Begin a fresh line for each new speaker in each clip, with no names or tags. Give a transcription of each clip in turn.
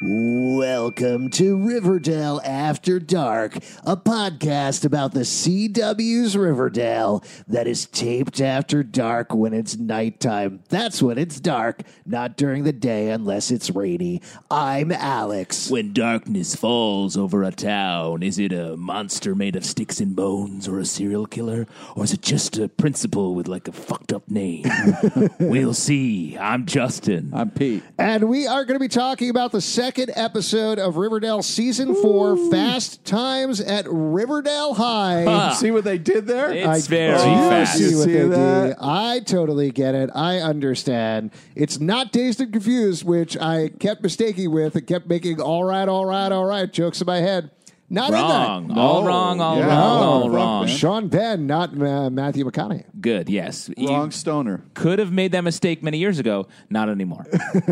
Welcome to Riverdale After Dark, a podcast about the CW's Riverdale that is taped after dark when it's nighttime. That's when it's dark, not during the day unless it's rainy. I'm Alex.
When darkness falls over a town, is it a monster made of sticks and bones or a serial killer? Or is it just a principal with like a fucked up name? we'll see. I'm Justin.
I'm Pete.
And we are going to be talking about the second episode of Riverdale Season 4 Fast Times at Riverdale High.
Ah,
See what they did there?
it's
I
very
do
fast.
see what
See
they
that?
did. I totally get it. I understand. It's not dazed and confused, which I kept mistaking with and kept making all right, all right, all right jokes in my head. Not
wrong.
in that.
all
No.
wrong. All
Yeah.
wrong.
No,
All
fuck
wrong.
that.
Sean Penn, not uh, Matthew McConaughey.
Good. Yes. You
Wrong stoner.
could have made that mistake many years ago. Not anymore.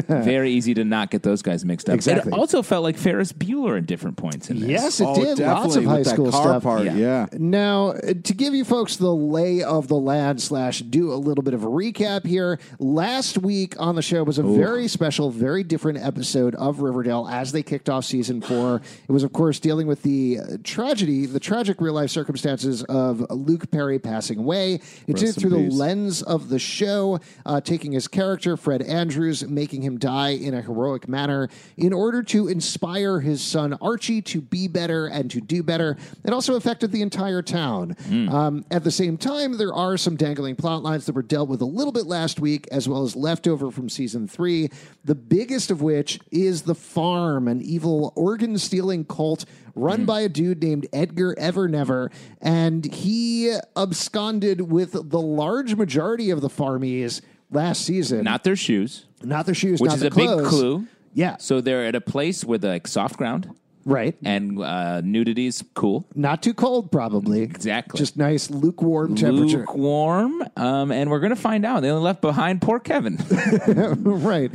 very easy to not get those guys mixed up.
Exactly.
It also felt like Ferris Bueller at different points in this.
Yes, it did. Lots of
oh, with
high
that
school
car
stuff.
Part.
Yeah.
Yeah.
Now, uh, to give you folks the lay of the land slash do a little bit of a recap here. Last week on the show was a very special, very different episode of Riverdale as they kicked off season four. It was, of course, dealing with the uh, tragedy, the tragic real life circumstances of Luke Perry passing away. It did it
in
through the
peace.
lens of the show, uh, taking his character, Fred Andrews, making him die in a heroic manner in order to inspire his son Archie to be better and to do better. It also affected the entire town.
Hmm.
Um, at the same time, there are some dangling plot lines that were dealt with a little bit last week, as well as leftover from season three, the biggest of which is The Farm, an evil organ stealing cult
Hmm.
run by a dude named Edgar Evernever, and he absconded with the large majority of the farmies last season.
Not their shoes,
not the shoes,
which
not
is
the
a big
clothes.
clue.
Yeah,
So they're at a place with like soft ground
right.
and uh, nudity's cool,
Not too cold, probably.
Exactly.
Just nice lukewarm temperature.
lukewarm, um, and we're gonna find out. They only left behind poor Kevin,
right.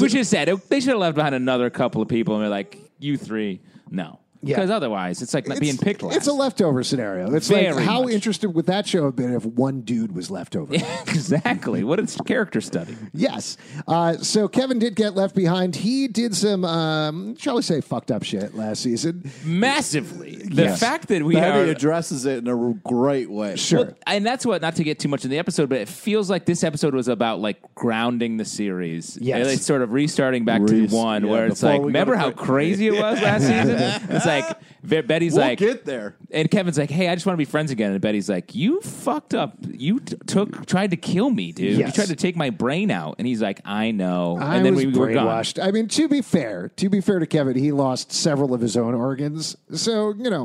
which is sad. They should have left behind another couple of people, and they're like, "You three, no." Because otherwise, it's like not being
It's-
picked last.
It's a leftover scenario. It's like
Very
how
much.
interested would that show have been if one dude was left over?
exactly. What is character study?
yes. Uh, so Kevin did get left behind. He did some, um, shall we say, fucked up shit last season.
Massively. The
Yes.
fact that we
Patty
are.
addresses it in a r- great way.
Sure.
Well, and that's what not to get too much in the episode, but it feels like this episode was about like grounding the series.
Yes.
it's sort of restarting back
Res-
to one,
yeah,
where it's
before
like,
we go
remember
to
how
break.
crazy it was last season? It's like Ve- Betty's
We'll
like,
get there.
and Kevin's like, hey, I just want to be friends again, and Betty's like, you fucked up. You t- took tried to kill me, dude. You
Yes.
tried to take my brain out, and he's like, I know.
I
and then
was
we were gone.
brainwashed. I mean, to be fair, to be fair to Kevin, he lost several of his own organs. So you know,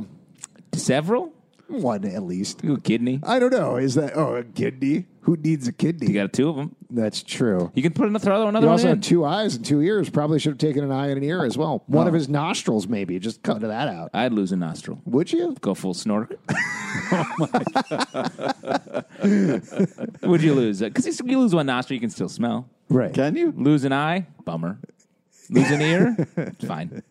Several.
one at least.
You a kidney?
I don't know. Is that oh a kidney? Who needs a kidney?
You got two of them.
That's true.
You can put another throw another
He
one
also
in.
had two eyes and two ears. Probably should have taken an eye and an ear as well. One of
Oh.
his nostrils, maybe. Just cut that out.
I'd lose a nostril.
Would you?
Go full snork. Would you lose? Because you lose one nostril, you can still smell.
Right.
Can you?
Lose an eye, bummer. Lose an ear, it's fine.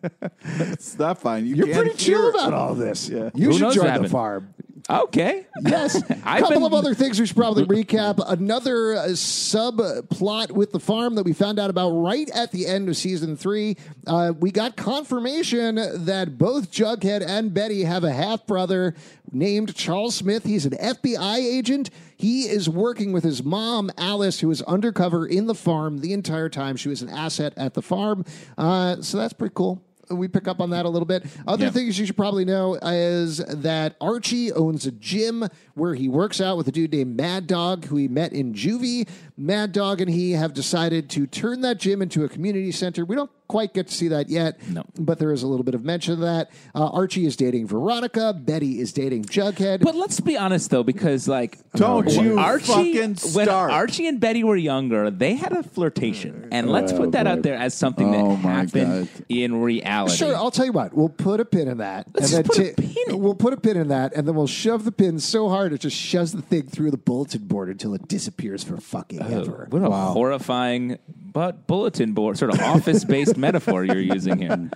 It's not fine. You
You're
can't
pretty chill
hear it.
about all this.
Yeah.
You
Who
should
knows
join
what
the
happened?
farm.
Okay.
Yes. A
I've
couple
been-
of other things we should probably recap. Another uh, subplot with the farm that we found out about right at the end of season three. Uh, we got confirmation that both Jughead and Betty have a half brother named Charles Smith. He's an FBI agent. He is working with his mom, Alice, who is undercover in the farm the entire time. She was an asset at the farm. Uh, so that's pretty cool. We pick up on that a little bit. Other
Yeah.
things things you should probably know is that Archie owns a gym where he works out with a dude named Mad Dog, who he met in juvie. Mad Dog and he have decided to turn that gym into a community center. We don't quite get to see that yet,
No.
but there is a little bit of mention of that. Uh, Archie is dating Veronica. Betty is dating Jughead.
But let's be honest though, because like
Don't you
Archie,
fucking
when
start.
Archie and Betty were younger, they had a flirtation, and let's put that out there as something
Oh,
that
my
happened
God.
in reality.
Sure, I'll tell you what. We'll put a pin in that.
Let's just put a
ta-
pin in-
We'll put a pin in that, and then we'll shove the pin so hard it just shoves the thing through the bulletin board until it disappears for fucking ever.
Uh, What a horrifying but bulletin board sort of office based metaphor you're using here.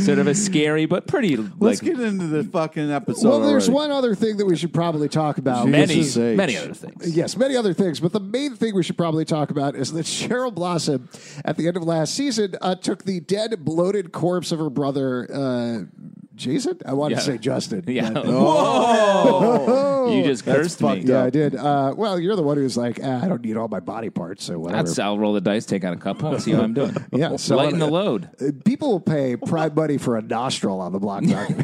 Sort of a scary but pretty
Let's
like
get into the fucking episode.
Well, there's one
already.
other thing that we should probably talk about.
Jeez.
many
Jesus H.
many other things.
Yes, many other things, but the main thing we should probably talk about is that Cheryl Blossom, at the end of last season, uh, took the dead, bloated corpse of her brother uh, Jason. I wanted to
Yeah.
say Justin.
Yeah.
but-
Oh.
Whoa! you just cursed me.
fucked
yeah, I did. Uh, well, you're the one who's like, ah, I don't need all my body parts, so whatever.
That's I'll roll the dice, take out a couple, and see how I'm doing.
Yeah, so-
lighten the load.
Uh, People will pay prime money for a nostril on the block market.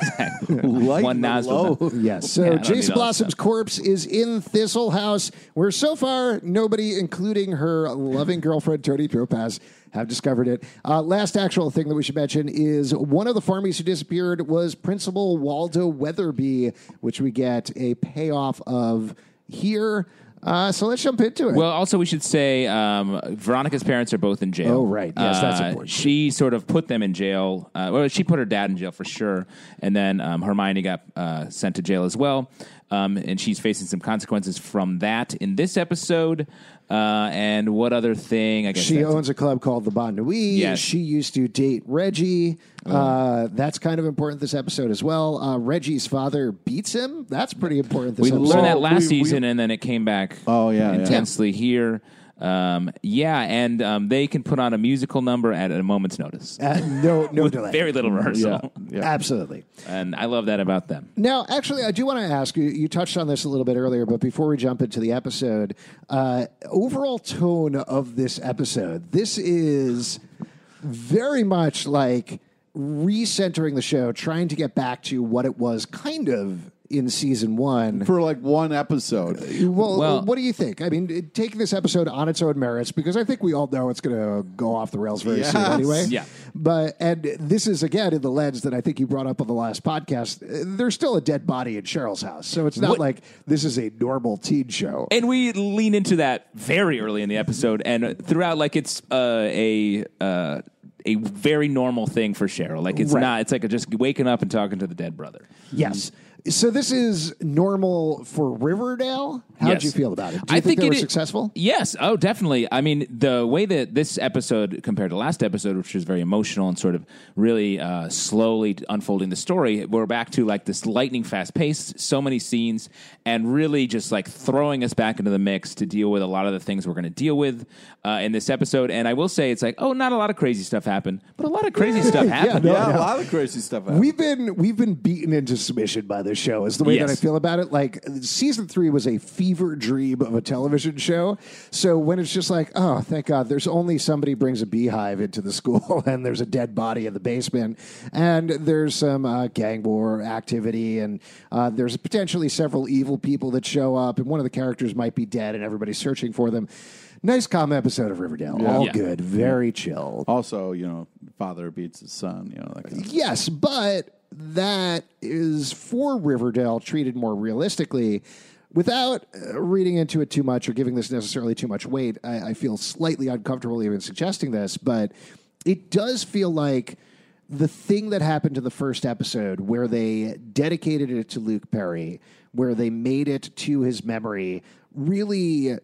Lighten
One
the
nozzle.
load.
Yes. So
Yeah, I don't need all
Jason
that
Blossom's corpse is in Thistle House, where so far nobody, including her loving girlfriend Tony Tropaz, have discovered it. Uh, last actual thing that we should mention is one of the farmies who disappeared was Principal Waldo Weatherby, which we get a payoff of here. Uh, so let's jump into it.
Well, also we should say um, Veronica's parents are both in jail.
Oh, right. Yes, that's
Uh,
important.
She sort of put them in jail. Uh, well, she put her dad in jail for sure, and then um, Hermione got uh, sent to jail as well, um, and she's facing some consequences from that in this episode. Uh, and what other thing? I guess
She
that's-
owns a club called the Bon Nuit.
Yes. Oh.
She used to date Reggie. Uh, that's kind of important this episode as well. Uh, Reggie's father beats him. That's pretty important this
we
episode.
learned that last
we- we-
season, and then it came back.
Oh, yeah, yeah.
intensely here. Um, yeah, and um, they can put on a musical number at a moment's notice.
Uh, no, no delay.
Very little rehearsal,
Absolutely.
and I love that about them.
Now, actually, I do want to ask you. You touched on this a little bit earlier, but before we jump into the episode, uh, overall tone of this episode, this is very much like recentering the show, trying to get back to what it was kind of in season one.
for like one episode.
Well, uh,
Well-
what do you think? I mean, it- take this episode on its own merits because I think we all know it's going to go off the rails very soon
Yes.
anyway.
Yeah.
But and this is again in the lens that I think you brought up on the last podcast. Uh, There's still a dead body in Cheryl's house, so it's not
What-
like this is a normal teen show.
And we lean into that very early in the episode, and throughout, like it's uh, a uh, a very normal thing for Cheryl. Like it's
Right.
not. It's like just waking up and talking to the dead brother.
Yes. So this is normal for Riverdale. How would
Yes.
you feel about it? Do you
I
think,
think
they
it
were
is-
successful?
Yes. Oh, definitely. I mean, the way that this episode compared to last episode, which was very emotional and sort of really uh, slowly unfolding the story, we're back to like this lightning fast pace, so many scenes, and really just like throwing us back into the mix to deal with a lot of the things we're going to deal with uh, in this episode. And I will say, it's like, oh, not a lot of crazy stuff happened, but a lot of crazy stuff happened.
yeah, a lot of crazy stuff. Happened.
We've been we've been beaten into submission by this show. Is the way that I
Yes.
feel about it. Like season three was a fever dream of a television show. So when it's just like, oh, thank God, there's only somebody brings a beehive into the school, and there's a dead body in the basement, and there's some uh, gang war activity, and uh, there's potentially several evil people that show up, and one of the characters might be dead, and everybody's searching for them. Nice calm episode of Riverdale. All
Yeah.
good, very chill.
also, you know, father beats his son. You know, like
Yes, but that is for Riverdale treated more realistically. Without uh, reading into it too much or giving this necessarily too much weight, I, I feel slightly uncomfortable even suggesting this, but it does feel like the thing that happened in the first episode where they dedicated it to Luke Perry, where they made it to his memory, really uh,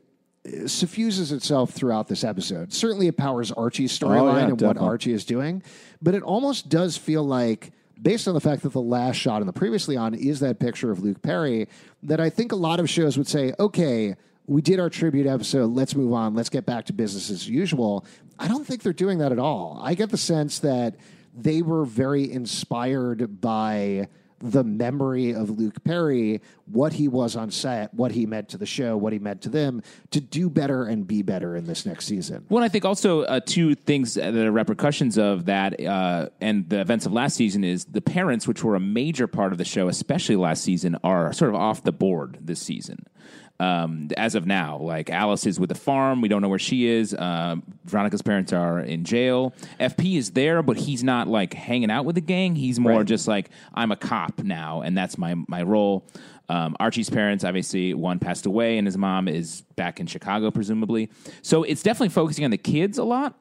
suffuses itself throughout this episode. Certainly it powers Archie's storyline and what
definitely.
Archie. Archie is doing. But it almost does feel like, based on the fact that the last shot in the previously on is that picture of Luke Perry, that I think a lot of shows would say, okay, we did our tribute episode. Let's move on. Let's get back to business as usual. I don't think they're doing that at all. I get the sense that they were very inspired by the memory of Luke Perry, what he was on set, what he meant to the show, what he meant to them, to do better and be better in this next season.
Well, I think also uh, two things that are repercussions of that uh, and the events of last season is the parents, which were a major part of the show, especially last season, are sort of off the board this season. Um, as of now, like Alice is with the farm, we don't know where she is. Um Veronica's parents are in jail. FP is there, but he's not like hanging out with the gang. He's more just like I'm a cop now, and that's my my role. Um, Archie's parents, obviously, one passed away, and his mom is back in Chicago, presumably. So it's definitely focusing on the kids a lot.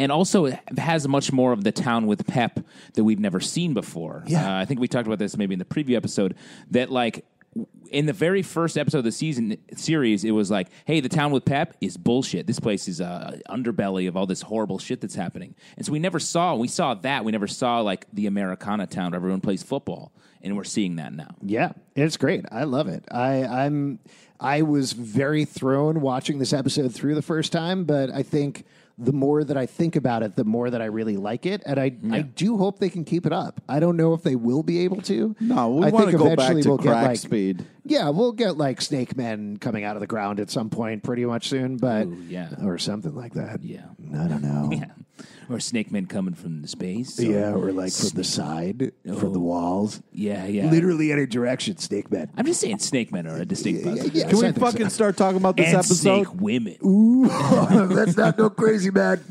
And also, it has much more of the town with pep that we've never seen before. Yeah. I think we talked about this maybe in the preview episode that, like, w- in the very first episode of the season series, it was like, hey, the town with pep is bullshit. This place is uh, underbelly of all this horrible shit that's happening. And so we never saw, we saw that. We never saw, like, the Americana town where everyone plays football. And we're seeing that now.
Yeah, it's great. I love it. I, I'm I was very thrown watching this episode through the first time, but I think the more that I think about it, the more that I really like it, and I I do hope they can keep it up. I don't know if they will be able to.
No, we
I
wanna
think
go back
eventually
to
we'll get,
crack
like-
speed.
Yeah, we'll get like Snake Men coming out of the ground at some point, pretty much soon, but
yeah.
or something like that.
Yeah.
I don't know. Yeah,
Or Snake Men coming from the space. or-
or like from the side, from
Oh.
the walls,
Yeah, yeah.
literally any direction, Snake Men.
I'm just saying Snake Men are a distinct positive.
yeah.
Can we
Something-
fucking start talking about this
And
episode?
Snake Women.
Let's not go crazy, man.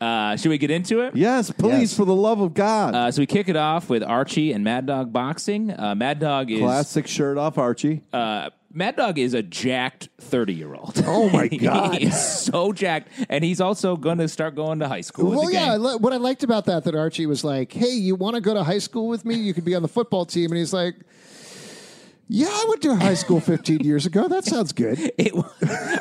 Uh, should we get into it?
Yes, please,
Yes.
for the love of God.
Uh, so we kick it off with Archie and Mad Dog boxing. Uh, Mad Dog is
Classic shirt off, Archie.
uh, Mad Dog is a jacked thirty year old.
Oh my God.
he is so jacked, and he's also going to start going to high school.
Well,
with the
yeah. I
gang.
li- what I liked about that that Archie was like, "Hey, you want to go to high school with me? You could be on the football team." And he's like, "Yeah, I went to high school 15 years ago. That sounds good."
It was,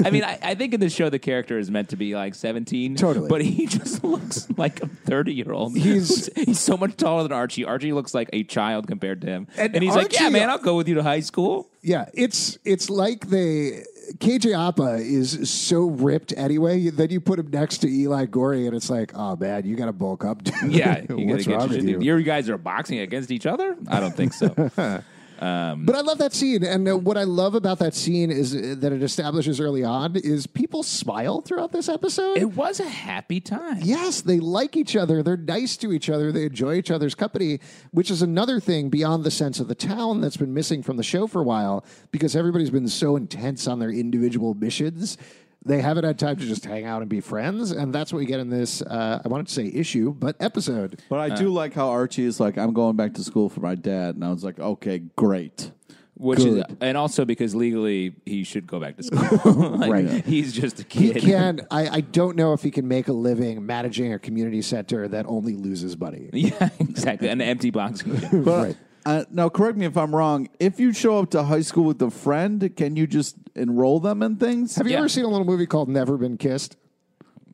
I mean, I, I think in the show the character is meant to be like 17.
Totally.
But he just looks like a 30 year old.
He's-
he's so much taller than Archie. Archie looks like a child compared to him.
And
And, he's like, Yeah,
Archie-
man, I'll go with you to high school.
Yeah, it's it's like they KJ Appa is so ripped anyway. Then you put him next to Eli Gorey, and it's like, "Oh man, you got to bulk up, dude."
Yeah. You
what's wrong
gotta get your
with
shit
you?
together. You guys are boxing against each other? I don't think so.
But I love that scene, and uh, what I love about that scene is uh, that it establishes early on is people smile throughout this episode.
it was a happy time.
Yes, they like each other. They're nice to each other. They enjoy each other's company, which is another thing beyond the sense of the town that's been missing from the show for a while because everybody's been so intense on their individual missions. They haven't had time to just hang out and be friends. And that's what we get in this, uh, I wanted to say issue, but episode.
But I do like how Archie is like, I'm going back to school for my dad. And I was like, okay, great.
Which is, and also because legally he should go back to school. Like,
Right.
He's just a
He
kid.
can, I, I don't know if he can make a living managing a community center that only loses money.
Yeah, exactly. An empty boxing gym.
But
Right.
Uh, now, correct me if I'm wrong. If you show up to high school with a friend, can you just enroll them in things?
Have you
Yeah.
ever seen a little movie called Never Been Kissed?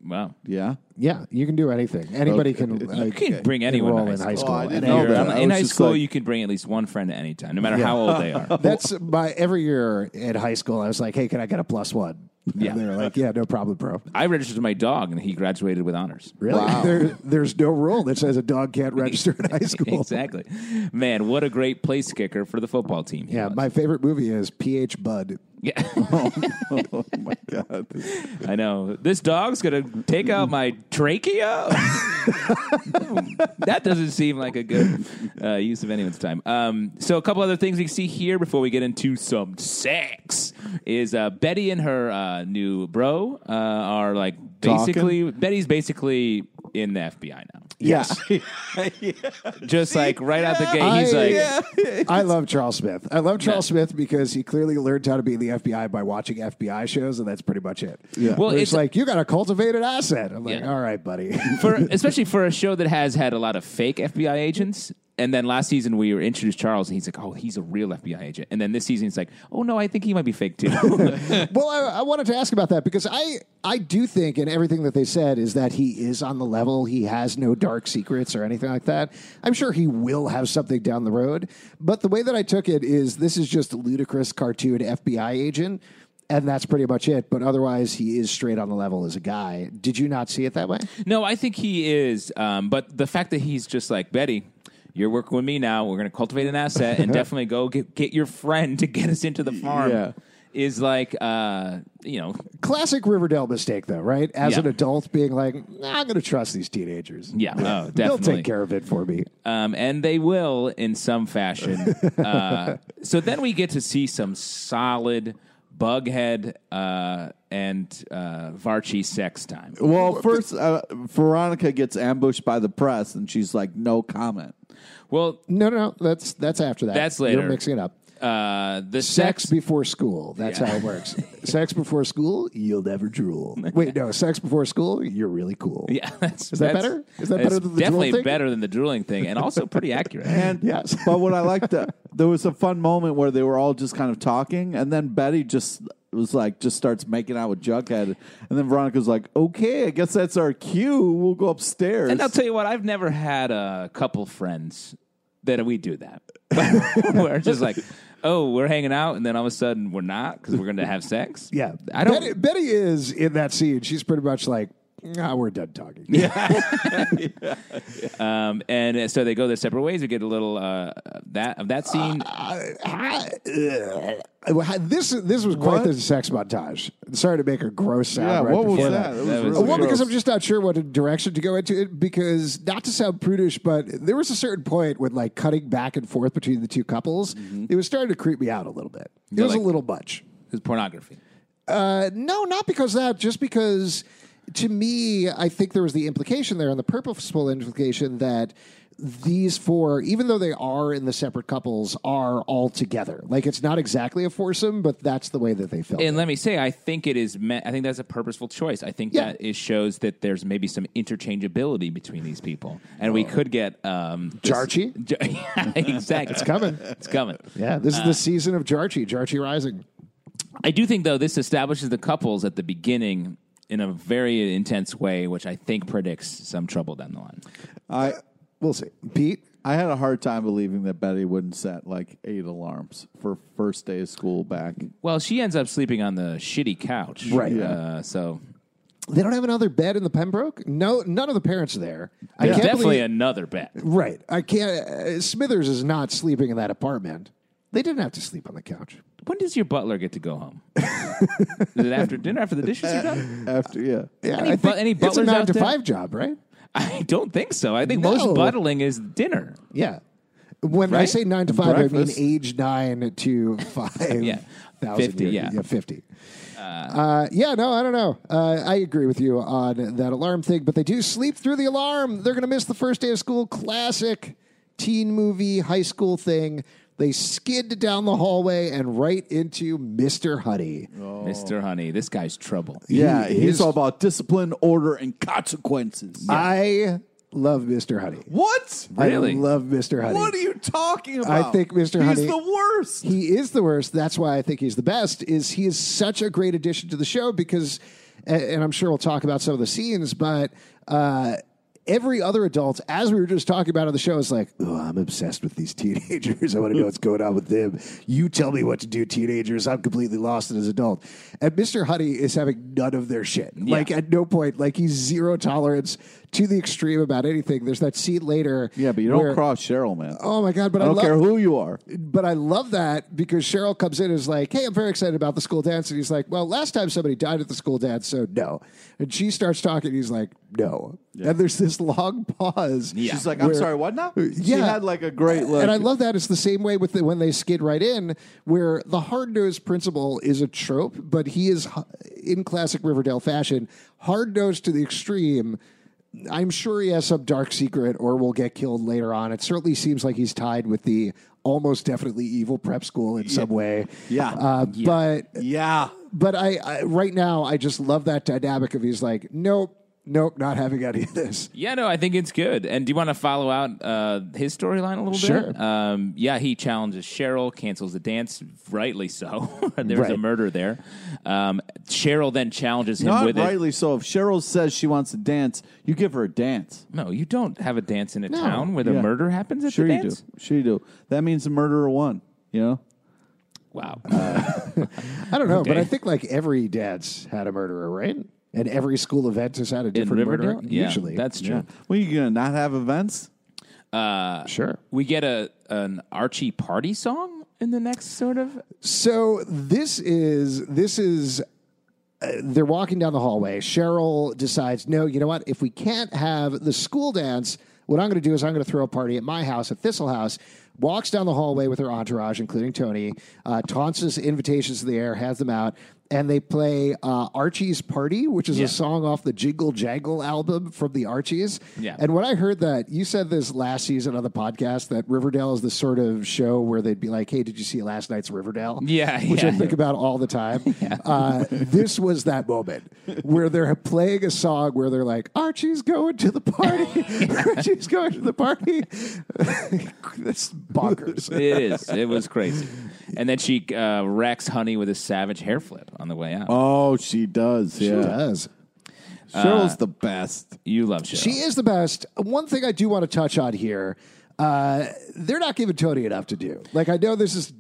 Wow.
yeah.
Yeah, you can do anything. Anybody can.
You
Like,
can bring anyone
enroll
to
in
high
high
school.
school.
Oh, I didn't
And
know
You're-
that.
I'm-
I
in
was
high
just
school,
like-
you can bring at least one friend at any time, no matter how old they are.
That's my every year at high school. I was like, "Hey, can I get a plus one?"
Yeah.
and they were like, "Yeah, no problem, bro."
I registered my dog, and he graduated with honors.
Really? There, there's no rule that says a dog can't register in high school.
exactly. Man, what a great place kicker for the football team. he
Yeah,
was.
my favorite movie is PH Bud.
yeah.
oh my god.
I know. This dog's going to take out my trachea? that doesn't seem like a good uh, use of anyone's time. Um, so, a couple other things we see here before we get into some sex is uh, Betty and her uh, new bro uh, are like basically, Betty's basically in the FBI now.
Yes,
Just like right out the gate, he's
I-
like,
I love Charles Smith. I love Charles Smith because he clearly learned how to be in the FBI by watching FBI shows, and that's pretty much it. Yeah.
Well,
Well, it's,
it's-
like you got to cultivate an asset. I'm like,
Yeah.
all right, buddy.
for especially for a show that has had a lot of fake FBI agents. And then last season we were introduced Charles, and he's like, "Oh, he's a real FBI agent." And then this season he's like, "Oh no, I think he might be fake too."
well, I, I wanted to ask about that because I I do think, and everything that they said is that he is on the level. He has no dark secrets or anything like that. I'm sure he will have something down the road, but the way that I took it is this is just a ludicrous cartoon FBI agent. And that's pretty much it. But otherwise, he is straight on the level as a guy. Did you not see it that way?
no, I think he is. Um, but the fact that he's just like Betty. You're working with me now. We're going to cultivate an asset and definitely go get, get your friend to get us into the farm.
Yeah.
Is like, uh, you know,
Classic Riverdale mistake, though, right? As
Yeah.
an adult, being like, "Nah, I'm going to trust these teenagers.
yeah, oh, definitely.
They'll take care of it for me.
um, and they will in some fashion. uh, so then we get to see some solid Bughead uh, and uh, Varchi sex time.
Well, first, uh, Veronica gets ambushed by the press, and she's like, "No comment."
Well,
No, no, no. That's that's after that.
That's
You're
later.
mixing it up.
uh, the
Sex,
sex.
before school. That's how it works. sex before school, you'll never drool. Wait, no. Sex before school, you're really cool.
yeah, that's,
Is that
that's-
better? Is that
that's
better than the
definitely
drool thing?
better than the drooling thing, and also pretty accurate.
And
Yes.
but what I liked, uh, there was a fun moment where they were all just kind of talking, and then Betty just was like, just starts making out with Jughead, and then Veronica's like, "Okay, I guess that's our cue. We'll go upstairs."
And I'll tell you what, I've never had a couple friends that we do that. we're just like, oh, we're hanging out, and then all of a sudden we're not because we're going to have sex.
Yeah.
I don't.
Betty, Betty is in that scene. She's pretty much like, nah, we're done talking.
Um, and uh, so they go their separate ways. We get a little uh, that of that scene.
Ah, ugh. Well, how- this this was quite
What?
the sex montage. Sorry to make a gross sound.
yeah,
right
what was
before
that?
that?
That was
That was
really
well, because
gross.
I'm just not sure what direction to go into it. Because not to sound prudish, but there was a certain point when like cutting back and forth between the two couples, it was starting to creep me out a little bit. It was
like-
a little much.
It's pornography.
Uh, no, not because of that. Just because, to me, I think there was the implication there, and the purposeful implication that these four, even though they are in the separate couples, are all together. Like it's not exactly a foursome, but that's the way that they felt.
And let me say, I think it is. Me- I think that's a purposeful choice. I think
Yeah.
that it shows that there's maybe some interchangeability between these people, and we could get um, this-
Jarchi?
J- exactly. It's
coming.
It's coming.
yeah, this
Uh.
is the season of Jarchi, Jarchi Rising.
I do think though this establishes the couples at the beginning in a very intense way, which I think predicts some trouble down the line.
I
We'll see. Pete,
I had a hard time believing that Betty wouldn't set like eight alarms for first day of school back.
Well, she ends up sleeping on the shitty couch,
Right.
Uh, so
they don't have another bed in the Pembroke. No, none of the parents are there. I
there's
can't
definitely
believe-
another bet.
Right. I can't. Uh, Smithers is not sleeping in that apartment. They didn't have to sleep on the couch.
When does your butler get to go home? Is it after dinner, after the dishes are done?
After yeah,
Yeah,
Any
I
bu-
think
any
it's a
butlers
nine
out
to
there?
five job, right?
I don't think so. I think
No.
most buttling is dinner.
Yeah. When I
Right?
say nine to five,
Breakfast.
I mean age nine to five.
Yeah.
thousand
50,
years.
yeah.
fifty. Uh, yeah, no, I don't know. Uh, I agree with you on that alarm thing, but they do sleep through the alarm. They're going to miss the first day of school. Classic teen movie high school thing. They skid down the hallway and right into Mr. Honey.
Mr. Honey, this guy's trouble.
Oh. yeah.
He
he's
is-
all about discipline, order, and consequences.
I love Mr. Honey.
What?
I
Really?
love Mr. Honey.
What are you talking
I
about?
think Mr.
He's
Honey-
the worst.
he is the worst. That's why I think he's the best. Is he is such a great addition to the show because, a- and I'm sure we'll talk about some of the scenes, but uh, every other adult, as we were just talking about on the show, is like, oh, I'm obsessed with these teenagers. I want to know what's going on with them. You tell me what to do, teenagers. I'm completely lost as an adult. And Mr. Honey is having none of their shit. Like at no point, like he's zero tolerance to the extreme about anything. There's that scene later.
Yeah, but you don't
where-
cross Cheryl, man.
Oh my god! But I,
I don't
love,
care who you are.
but I love that because Cheryl comes in and is like, "Hey, I'm very excited about the school dance," and he's like, "Well, last time somebody died at the school dance, so no." And she starts talking, and he's like, "No." And there's this long pause.
She's like, I'm
Where-
sorry, what now? She
Yeah.
had like a great look.
and I love that it's the same way with the, when they skid right in, where the hard nosed principal is a trope, but he is h- in classic Riverdale fashion, hard nosed to the extreme. I'm sure he has some dark secret or will get killed later on. It certainly seems like he's tied with the almost definitely evil prep school in some way.
Yeah.
Uh, But
yeah.
but I, I right now I just love that dynamic of he's like, nope, nope, not having any of this.
Yeah, no, I think it's good. And do you want to follow out uh, his storyline a little bit?
Sure.
Um, yeah, he challenges Cheryl, cancels the dance, rightly so. there was a
Right.
murder there. Um, Cheryl then challenges him
Not
with it.
rightly so. If Cheryl says she wants to dance, you give her a dance.
No, you don't have a dance in a town where
Yeah.
the murder happens at
Sure
the
you do.
dance.
Sure you do. That means the murderer won. You know?
Wow.
I don't know, but
Okay.
I think like every dance had a murderer, right? And every school event has had a
in
different
Riverdale?
murderer.
Yeah,
Usually,
That's true.
Yeah. Well, you gonna not have events?
sure.
We get a an Archie party song in the next sort of
So this is this is. Uh, they're walking down the hallway. Cheryl decides, no, you know what? If we can't have the school dance, what I'm going to do is I'm going to throw a party at my house at Thistle House. Walks down the hallway with her entourage, including Tony, uh, taunts his invitations to the air, has them out, and they play uh, Archie's Party, which is
Yeah.
a song off the Jingle Jangle album from the Archies.
Yeah.
And when I heard that, you said this last season on the podcast that Riverdale is the sort of show where they'd be like, hey, did you see last night's Riverdale?
Yeah,
Which I
yeah.
think about all the time. Uh, this was that moment where they're playing a song where they're like, Archie's going to the party. Archie's going to the party. That's bonkers.
it is. It was crazy. And then she uh, wrecks Honey with a savage hair flip on the way out.
Oh, she does. Uh,
She
Yeah.
does.
Cheryl's the best.
You love Cheryl.
She is the best. One thing I do want to touch on here. Uh, they're not giving Tony enough to do. Like I know this is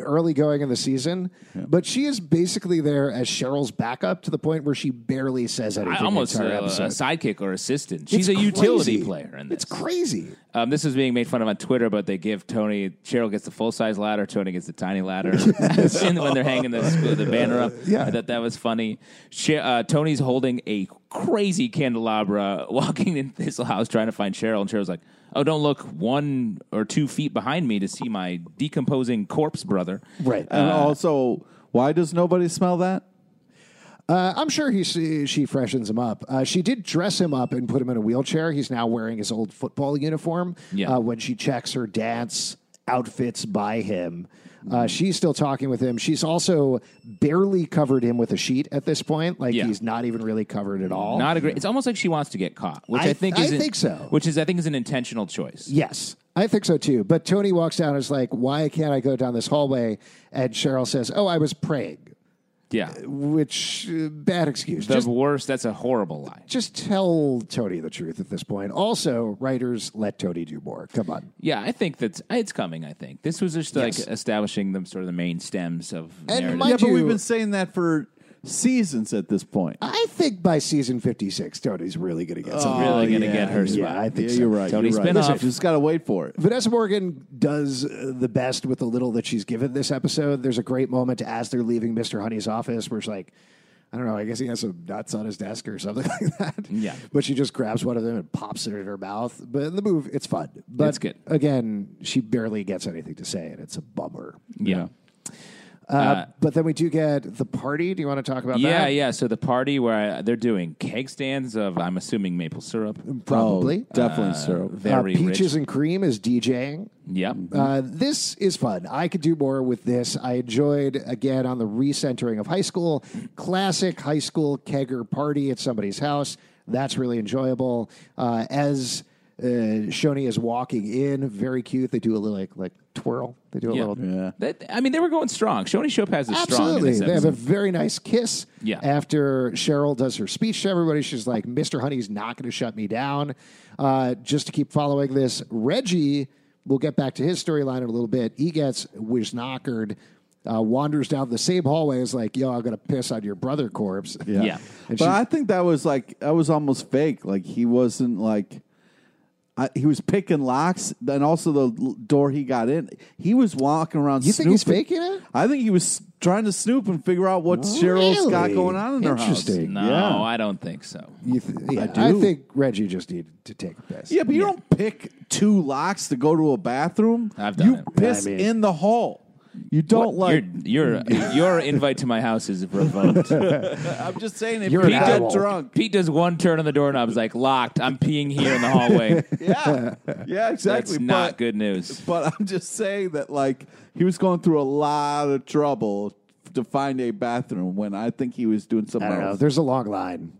early going in the season, but she is basically there as Cheryl's backup to the point where she barely says anything.
I
the
almost uh,
entire
a
episode.
sidekick or assistant. She's
It's
a utility
crazy.
player in
It's
this.
crazy.
Um, this is being made fun of on Twitter, but they give Tony Cheryl gets the full size ladder, Tony gets the tiny ladder. and when they're hanging the, sc- the banner up,
Yeah.
I thought that was funny. Che- uh, Tony's holding a crazy candelabra, walking in this house trying to find Cheryl, and Cheryl's like, "Oh, don't look one or two feet behind me to see my decomposing corpse, brother."
Right.
And also, why does nobody smell that?
Uh, I'm sure he she she freshens him up. Uh, she did dress him up and put him in a wheelchair. He's now wearing his old football uniform.
Yeah.
Uh, when she checks her dance outfits by him, uh,
Mm.
she's still talking with him. She's also barely covered him with a sheet at this point. Like
Yeah.
he's not even really covered at all.
Not a great. It's almost like she wants to get caught, which I,
I-
think
I
is
think so.
Which is I think is an intentional choice.
Yes, I think so too. But Tony walks down and is like, "Why can't I go down this hallway?" And Cheryl says, "Oh, I was praying,"
Yeah.
which uh, bad excuse.
The
Just-
worst. That's a horrible lie.
just tell Tony the truth at this point. Also, writers, let Tony do more. Come on.
Yeah, I think that's it's coming. I think this was just like
Yes.
establishing them sort of the main stems of narrative.
my-
yeah, but
you-
we've been saying that for seasons at this point.
I think by season 56, Tony's really going to get something.
really
Oh,
gonna
yeah,
get her
yeah,
spot.
I think
yeah,
so.
you're right.
Tony
you're right.
Spinoff.
Listen, Just got to wait for it.
Vanessa Morgan does uh, the best with the little that she's given this episode. There's a great moment as they're leaving Mr. Honey's office where she's like, I don't know, I guess he has some nuts on his desk or something like that.
Yeah.
But she just grabs one of them and pops it in her mouth. But in the move, it's fun. But
It's good.
again, she barely gets anything to say, and it's a bummer.
yeah.
Uh, but then we do get the party. Do you want to talk about
Yeah,
that?
yeah. So the party where I, they're doing keg stands of, I'm assuming maple syrup.
Probably.
Oh, definitely syrup.
Uh,
Very rich.
Peaches and Cream is DJing.
Yep.
Uh, this is fun. I could do more with this. I enjoyed, again, on the recentering of high school, classic high school kegger party at somebody's house. That's really enjoyable. Uh, as Uh, Shoney is walking in, very cute. They do a little like like twirl. They do a
Yeah.
little
That- I mean, they were going strong. Shoney Chopaz is strong. In
Absolutely.
this
They have a
episode.
very nice kiss.
Yeah.
After Cheryl does her speech to everybody, she's like, Mr. Honey's not going to shut me down. Uh, just to keep following this, Reggie, we'll get back to his storyline in a little bit. He gets wisnockered, uh, wanders down the same hallway, is like, yo, I'm going to piss on your brother corpse.
Yeah.
Yeah.
And
but
she-
I think that was like that was almost fake. Like he wasn't like I, he was picking locks, and also the l- door he got in. He was walking around.
You think he's
snooping.
faking it?
I think he was trying to snoop and figure out what
Really?
Cheryl's got going on in their house.
Interesting.
No,
Yeah.
I don't think so.
You th- yeah, I,
do.
think Reggie just needed to take a piss.
Yeah, but you don't pick two locks to go to a bathroom.
I've done
you
it.
piss
I mean-
in the hall. You don't like.
your your your invite to my house is revoked.
I'm just saying, if you
You're an
got
owl.
drunk,
Pete does one turn on the doorknob, is like locked. I'm peeing here in the hallway.
yeah, yeah, exactly.
That's not
but,
good news.
But I'm just saying that, like, he was going through a lot of trouble to find a bathroom when I think he was doing
I
something
don't know.
else.
There's a long line.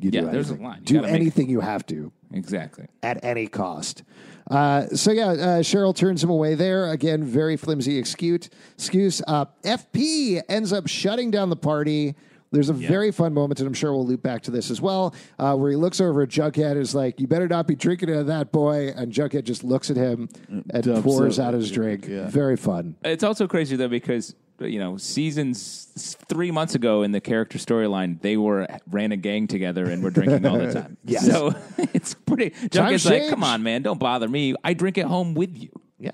You
Yeah,
do
there's a
anything.
line. You
do
gotta make-
anything you have to.
Exactly.
at any cost. Uh, so yeah, uh, Cheryl turns him away there again. Very flimsy excuse. Excuse. Uh, FP ends up shutting down the party. There's a very fun moment, and I'm sure we'll loop back to this as well, uh, where he looks over at Jughead and is like, "You better not be drinking out of that, boy." And Jughead just looks at him and
dumps
pours
it.
out his drink.
Yeah.
Very fun.
It's also crazy though because you know seasons three months ago in the character storyline they were ran a gang together and were drinking all the time.
Yes.
So it's pretty. Jughead's like,
changed.
come on, man, don't bother me. I drink at home with you.
Yeah.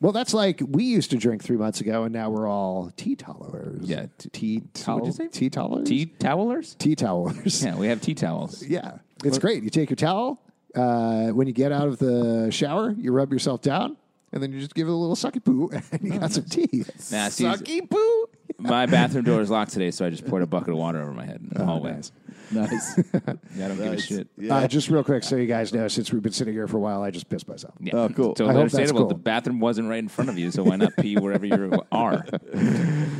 Well, that's like we used to drink three months ago, and now we're all tea tolerers.
Yeah, t-
tea
what'd
towel,
you say?
tea tolerers,
Tea towelers.
tea towelers.
Yeah, we have tea towels.
Yeah, it's great. You take your towel uh, when you get out of the shower, you rub yourself down, and then you just give it a little sucky poo, and you got some tea.
Nah, see,
sucky poo.
My bathroom door is locked today, so I just poured a bucket of water over my head in the hallway.
Oh, nice.
nice. uh,
Yeah, I don't give a shit.
Uh, just real quick, so you guys know, since we've been sitting here for a while, I just pissed myself.
Yeah.
Oh, cool.
So
I hope that's
understandable.
cool.
The bathroom wasn't right in front of you, so why not pee wherever you are?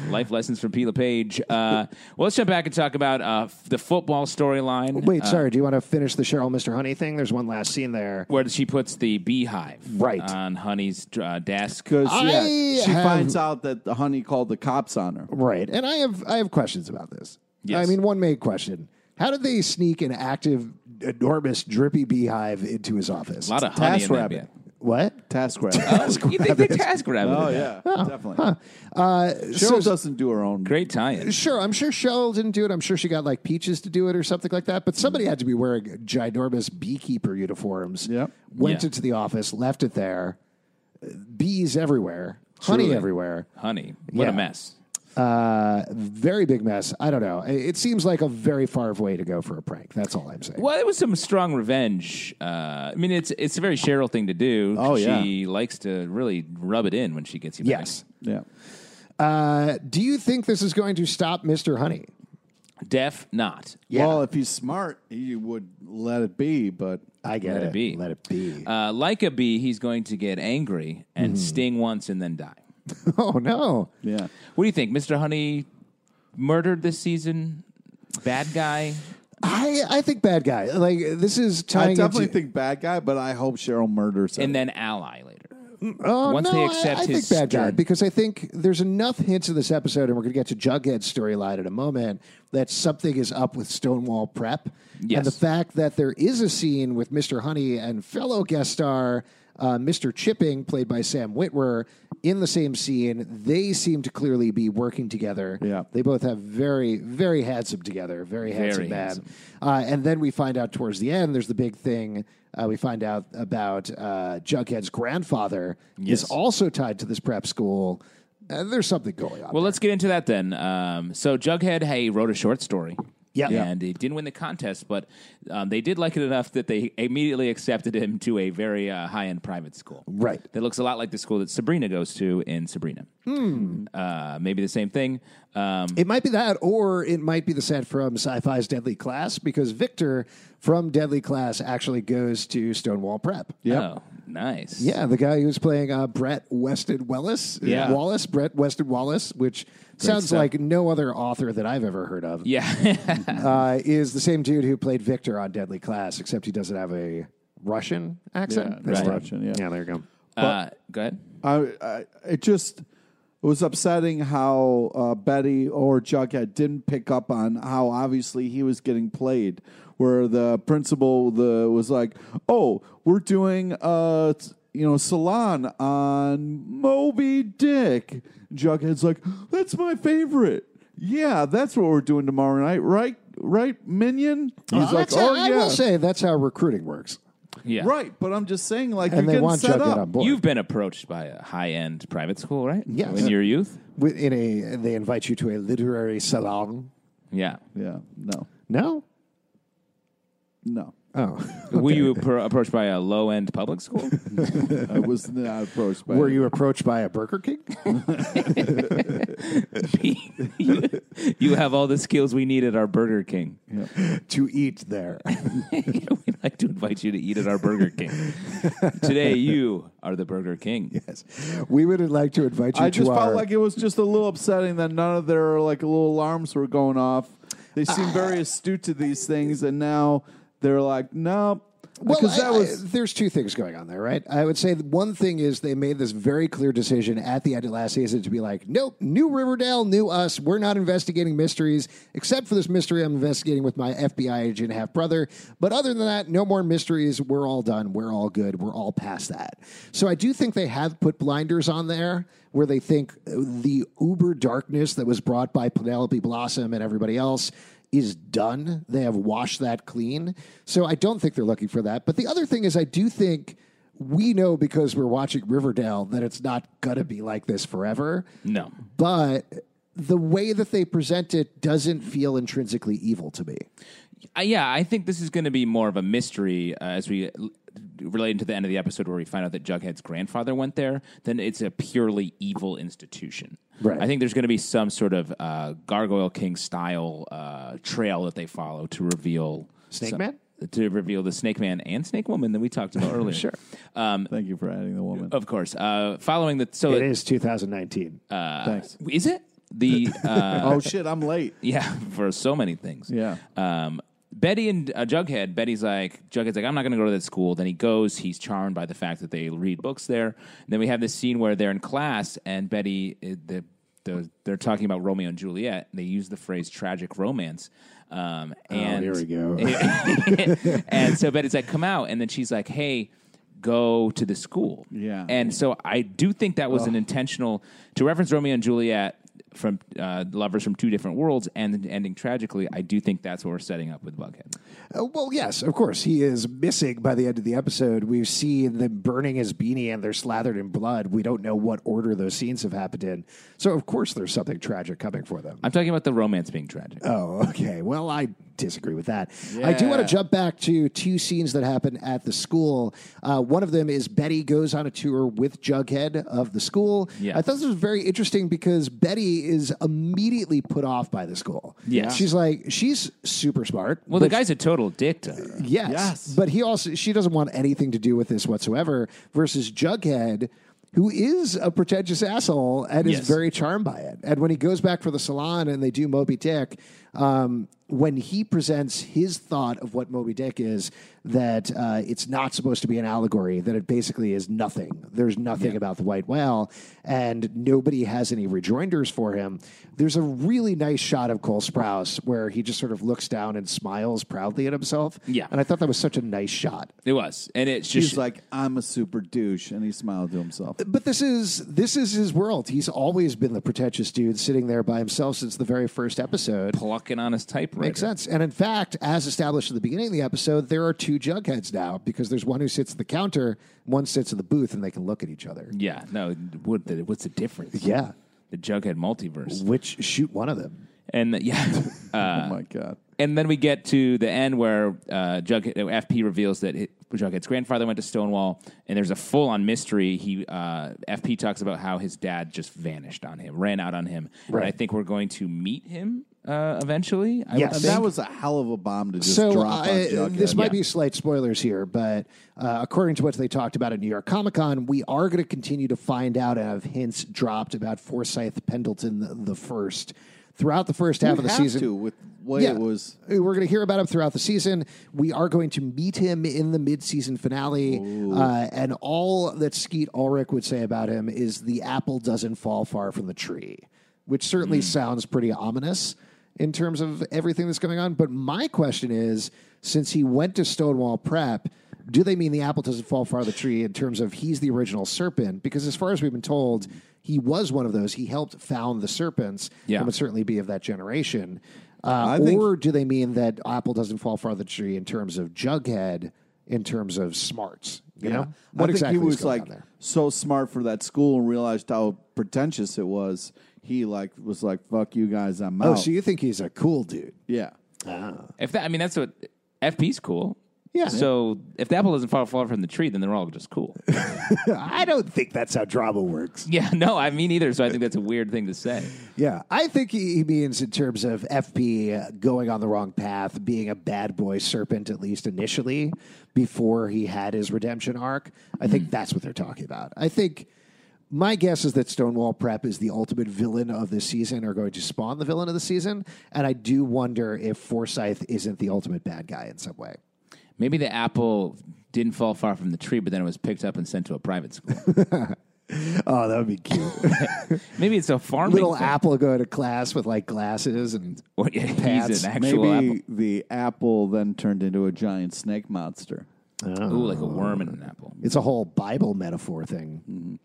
Life lessons from P. LePage. Uh, well, let's jump back and talk about uh, f- the football storyline.
Wait,
uh,
sorry. Do you want to finish the Cheryl Mr. Honey thing? There's one last scene there.
Where she puts the beehive
Right.
on Honey's uh, desk.
Because yeah,
I
she
have-
finds out that the honey called the cops on her.
Right, and I have I have questions about this.
Yes.
I mean, one main question: How did they sneak an active, enormous, drippy beehive into his office?
A lot of honey in that
rabbit.
bee-
what?
Task rabbit.
Oh, you think they task rabbit?
oh
it?
yeah, definitely.
Uh,
Cheryl doesn't do her own.
Great tie-in.
Sure, I'm sure Cheryl didn't do it. I'm sure she got like peaches to do it or something like that. But somebody had to be wearing ginormous beekeeper uniforms.
Yep.
Went
Yeah.
into the office, left it there. Bees everywhere, honey
Truly.
everywhere.
Honey, what
Yeah.
a mess.
Uh, very big mess. I don't know. It it seems like a very far way to go for a prank. That's all I'm saying.
Well, it was some strong revenge. Uh, I mean, it's it's a very Cheryl thing to do.
Oh, yeah.
she likes to really rub it in when she gets you back.
Yes.
Yeah.
Uh, do you think this is going to stop Mr. Honey?
Def not.
Well, if he's smart, he would let it be. But
I get
Let it be.
Let it be.
Uh, like a bee, he's going to get angry and
Mm-hmm.
sting once and then die.
oh no.
yeah,
What do you think, Mister Honey? Murdered this season? Bad guy?
I I think bad guy. Like this is tying
I definitely
into-
think bad guy. But I hope Cheryl murders him.
And then ally later.
Oh,
Once
no,
they
I-
accept
I,
his
think bad guy
stern-
because I think there's enough hints in this episode, and we're going to get to Jughead's storyline in a moment. That something is up with Stonewall Prep,
Yes.
and the fact that there is a scene with Mr. Honey and fellow guest star uh, Mr. Chipping, played by Sam Witwer, in the same scene. They seem to clearly be working together.
Yeah.
they both have very, very handsome together. Very handsome man.
handsome.
Uh, and then we find out towards the end, there's the big thing. Uh, we find out about uh, Jughead's grandfather is also tied to this prep school. And there's something going on.
Well, let's get into that then. Um, so Jughead, hey, wrote a short story.
Yeah. Yeah.
and he didn't win the contest, but um, they did like it enough that they immediately accepted him to a very uh, high-end private school.
Right.
that looks a lot like the school that Sabrina goes to in Sabrina.
Hmm.
Uh, maybe the same thing. Um,
It might be that, or it might be the set from Sci Fi's Deadly Class, because Victor from Deadly Class actually goes to Stonewall Prep.
Oh, nice.
Yeah, the guy who's playing uh, Brett Weston Wallace. uh,
Yeah.
Wallace, Brett Weston Wallace, which sounds
stuff.
like no other author that I've ever heard of.
Yeah.
uh, is the same dude who played Victor on Deadly Class, except he doesn't have a Russian accent.
Yeah,
That's
right.
right.
Russian, yeah.
there you go.
Uh, go ahead.
I, I it just was upsetting how uh, Betty or Jughead didn't pick up on how obviously he was getting played. Where the principal the was like, "Oh, we're doing uh t- you know salon on Moby Dick." Jughead's like, "That's my favorite." Yeah, that's what we're doing tomorrow night, right? Right, Minion. He's "Oh,
Uh, that's how, I will say that's how recruiting works.
Yeah.
right. But I'm just saying, like,
And
you're
they
getting
want
set
Jughead
up.
on board.
You've been approached by a high end private school, right?
Yes.
In your youth?
With- in a, they invite you to a literary salon.
Yeah.
Yeah, no,
No?
no.
Oh.
Were you appro- approached by a low end public school?
I was not approached by.
Were you approached by a Burger King?
you, you have all the skills we need at our Burger King.
to eat there.
We'd like to invite you to eat at our Burger King. Today, you are the Burger King.
Yes. We would like to invite you
I
to
just
our
felt like it was just a little upsetting that none of their like little alarms were going off. They
Uh,
seem very astute to these things, and now they're like, no,
Well,
because
I-
that
I-
was
there's two things going on there, right? I would say that one thing is they made this very clear decision at the end of last season to be like, nope, new Riverdale, new us. We're not investigating mysteries, except for this mystery I'm investigating with my FBI agent half brother. But other than that, no more mysteries. We're all done. We're all good. We're all past that. So I do think they have put blinders on there where they think the uber darkness that was brought by Penelope Blossom and everybody else is done. They have washed that clean. So I don't think they're looking for that. But the other thing is, I do think we know because we're watching Riverdale that it's not going to be like this forever.
No.
But the way that they present it doesn't feel intrinsically evil to me.
Uh, yeah, I think this is going to be more of a mystery uh, as we l- relate to the end of the episode where we find out that Jughead's grandfather went there. Then it's a purely evil institution.
Right.
I think there's going to be some sort of uh, Gargoyle King style uh, trail that they follow to reveal
Snake
some-
Man?
To reveal the Snake Man and Snake Woman that we talked about earlier. sure. Um,
thank you for adding the woman.
of course. Uh, following the so
It is 2019.
Thanks.
is it the uh,
oh shit, I'm late.
yeah for so many things.
Yeah.
Um, Betty and uh, Jughead. Betty's like Jughead's like I'm not going to go to that school. Then he goes. He's charmed by the fact that they read books there. And then we have this scene where they're in class and Betty uh, the. the- They're talking about Romeo and Juliet. They use the phrase "tragic romance," um, and
Oh, here we go.
and so Betty's like, "Come out," and then she's like, "Hey, go to the school."
Yeah.
and so I do think that was an intentional to reference Romeo and Juliet from uh, lovers from two different worlds and ending tragically. I do think that's what we're setting up with Bughead.
Uh, well, yes, of course. He is missing by the end of the episode. We've seen them burning his beanie and they're slathered in blood. We don't know what order those scenes have happened in. So, of course, there's something tragic coming for them.
I'm talking about the romance being tragic.
Oh, okay. Well, I disagree with that. I do want to jump back to two scenes that happen at the school. Uh, one of them is Betty goes on a tour with Jughead of the school.
Yeah.
I thought this was very interesting because Betty is immediately put off by the school.
Yeah.
She's like, she's super smart.
well, the
but
guy's a total dick to her.
Yes.
Yes.
But he also she doesn't want anything to do with this whatsoever versus Jughead who is a pretentious asshole and
Yes.
is very charmed by it. And when he goes back for the salon and they do Moby Dick, um, when he presents his thought of what Moby Dick is, that uh, it's not supposed to be an allegory, that it basically is nothing. There's nothing about the white whale, and nobody has any rejoinders for him. There's a really nice shot of Cole Sprouse where he just sort of looks down and smiles proudly at himself.
Yeah.
And I thought that was such a nice shot.
It was, and it's just Uh,
She's like, I'm a super douche, and he smiled to himself.
But this is this is his world. He's always been the pretentious dude sitting there by himself since the very first episode.
plucking on his typewriter.
Makes sense. And in fact, as established at the beginning of the episode, there are two jugheads now because there's one who sits at the counter, one sits at the booth, and they can look at each other.
Yeah, no. What the, what's the difference?
Yeah.
the Jughead multiverse,
Which shoot one of them.
and the, yeah. Uh,
oh my god.
and then we get to the end where uh, Jughead, uh, FP reveals that it, Jughead's grandfather went to Stonewall, and there's a full on mystery. He uh, FP talks about how his dad just vanished on him, ran out on him. And I
Right.
think we're going to meet him uh, eventually. I would
Yes.
And
think.
that was a hell of a bomb to just
So
drop on
I,
Jughead.
this might
Yeah.
be slight spoilers here, but uh, according to what they talked about at New York Comic Con, we are going to continue to find out and have hints dropped about Forsyth Pendleton the, the first. throughout the first half of the
have
season.
to with what
Yeah.
it was.
We're going to hear about him throughout the season. We are going to meet him in the mid-season finale, uh, and all that Skeet Ulrich would say about him is the apple doesn't fall far from the tree, which
Hmm.
certainly sounds pretty ominous in terms of everything that's going on. But my question is, since he went to Stonewall Prep. Do they mean the apple doesn't fall far the tree in terms of he's the original serpent? Because as far as we've been told, he was one of those. He helped found the serpents
Yeah.
and would certainly be of that generation. Uh,
I think-
or do they mean that Apple doesn't fall far the tree in terms of Jughead, in terms of smarts? You know
I think he
is
was
going
like
on there?
so smart for that school and realized how pretentious it was. He like was like, "Fuck you guys, I'm
Oh,
out."
so you think he's a cool dude?
yeah,
If that, I mean, that's what FP's cool.
Yeah.
So if the apple doesn't fall far from the tree, then they're all just cool.
I don't think that's how drama works.
yeah. No, I mean either. So I think that's a weird thing to say.
Yeah, I think he he means in terms of FP going on the wrong path, being a bad boy serpent at least initially, before he had his redemption arc. I think that's what they're talking about. I think. My guess is that Stonewall Prep is the ultimate villain of this season, or going to spawn the villain of the season. And I do wonder if Forsyth isn't the ultimate bad guy in some way.
Maybe the apple didn't fall far from the tree, but then it was picked up and sent to a private school.
Oh, that would be cute.
Maybe it's a farming
Little
thing.
Apple going to class with like glasses and
Or, yeah, he's
Pats.
an actual
maybe the apple then turned into a giant snake monster.
apple. Ooh, like a worm in an apple.
it's a whole Bible metaphor thing.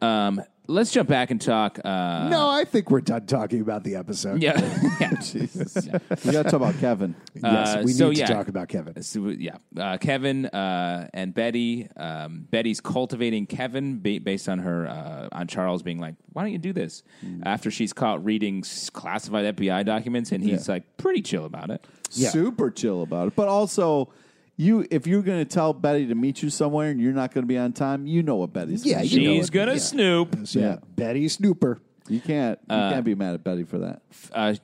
Um, let's jump back and talk. Uh,
no, I think we're done talking about the episode.
Yeah. yeah. Yeah.
We got to talk about Kevin.
Yes, we need
so
to
yeah.
talk about Kevin.
So, yeah. Uh, Kevin uh, and Betty. Um, Betty's cultivating Kevin ba- based on her uh, on Charles being like, "Why don't you do this?"
Mm.
After she's caught reading s- classified FBI documents, and he's like pretty chill about it.
Yeah.
super chill about it. But also, you if you're going to tell Betty to meet you somewhere and you're not going to be on time, you know what Betty's.
Yeah,
gonna
you
do.
know
She's
it.
gonna
Yeah.
snoop.
So, yeah.
Yeah.
Betty Snooper.
you can't you
uh,
can't be mad at Betty for that.
uh,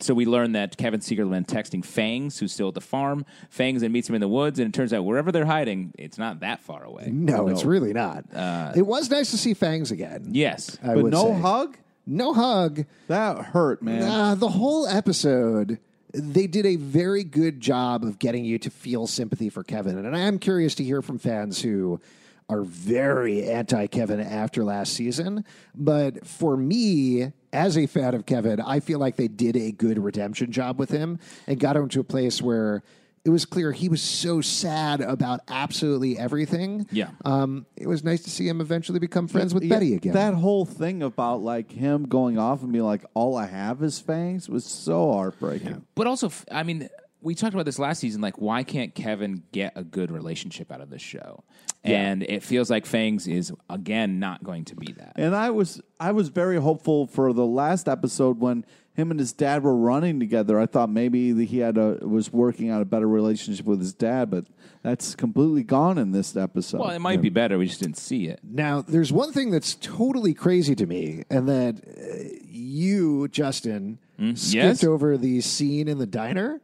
so we learn that Kevin Seeger's been texting Fangs, who's still at the farm. Fangs and meets him in the woods, and it turns out wherever they're hiding, it's not that far away.
No, Uh, it's really not. it was nice to see Fangs again.
Yes,
I
But
would
no
say.
hug.
No hug.
That hurt, man.
Uh, the whole episode, they did a very good job of getting you to feel sympathy for Kevin. And I am curious to hear from fans who are very anti Kevin after last season. But for me, as a fan of Kevin, I feel like they did a good redemption job with him and got him to a place where it was clear he was so sad about absolutely everything.
Yeah.
Um, it was nice to see him eventually become friends with Betty
Yeah,
again.
That whole thing about like him going off and being like, "All I have is fangs" was so heartbreaking.
but also, f- I mean, we talked about this last season. Like, why can't Kevin get a good relationship out of this show? And it feels like Fangs is again not going to be that.
And I was I was very hopeful for the last episode when him and his dad were running together. I thought maybe that he had a was working out a better relationship with his dad, but that's completely gone in this episode.
Well, it might be better. We just didn't see it.
Now, there's one thing that's totally crazy to me, and that uh, you, Justin, skipped
Mm, yes?
over the scene in the diner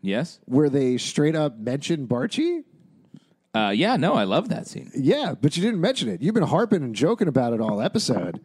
Yes.
where they straight up mention Barchi.
Uh, yeah. No, I love that scene.
Yeah, but you didn't mention it. You've been harping and joking about it all episode,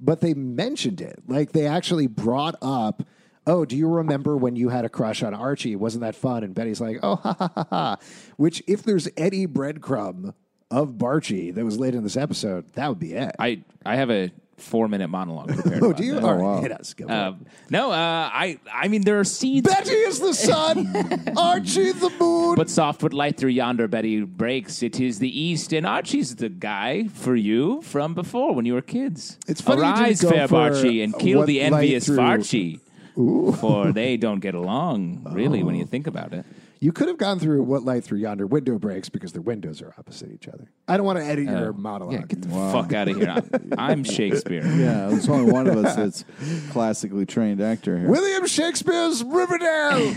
but they mentioned it. Like they actually brought up, oh, do you remember when you had a crush on Archie? Wasn't that fun? And Betty's like, oh, ha, ha, ha, ha. Which, if there's any breadcrumb of Barchi that was laid in this episode, that would be it.
I I have a four minute monologue prepared.
Oh,
about
do you?
that.
All right, hit us. Go for it.
Um, no, uh, I I mean there are seeds.
Betty is the sun, Archie the moon.
But soft with light through yonder Betty breaks. It is the east, and Archie's the guy for you from before when you were kids.
It's funny you didn't
Arise,
go
fair
for
Barchi, and kill
what
the
light
envious
through-
Farchi. For they don't get along, really, when you think about it.
you could have gone through what light through yonder window breaks because their windows are opposite each other. I don't want to edit your monologue.
Oh. Yeah, get the fuck out of here. I'm, I'm Shakespeare.
Yeah, there's only one of us that's classically trained actor here.
William Shakespeare's Riverdale.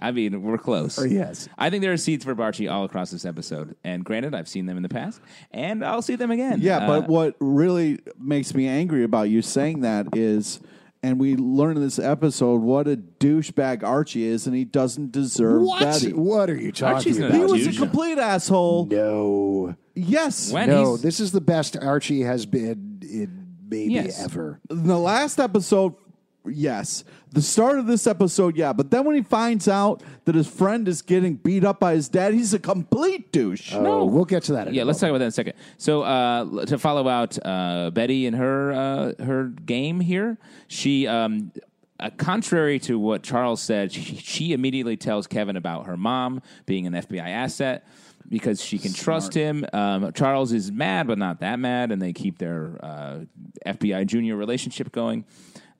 I mean, we're
Oh,
close.
yes.
I think there are seeds for Barchi all across this episode. And granted, I've seen them in the past, and I'll see them again.
Yeah,
Uh,
but what really makes me angry about you saying that is, and we learn in this episode what a douchebag Archie is, and he doesn't deserve
What?
Betty.
What are you talking
Archie's not
about?
He was a
Douche.
complete asshole.
no,
Yes.
when
no.
he's-
This is the best Archie has been in maybe
Yes.
ever.
In the last episode, Yes. The start of this episode, yeah. But then when he finds out that his friend is getting beat up by his dad, he's a complete douche.
Oh, we'll get to that. in a
Yeah, let's talk about that in a second. So uh, l- to follow out uh, Betty and her uh, her game here, she. Um, uh, contrary to what Charles said, she, she immediately tells Kevin about her mom being an FBI asset because she can trust him. Um, Charles is mad, but not that mad, and they keep their uh, FBI junior relationship going.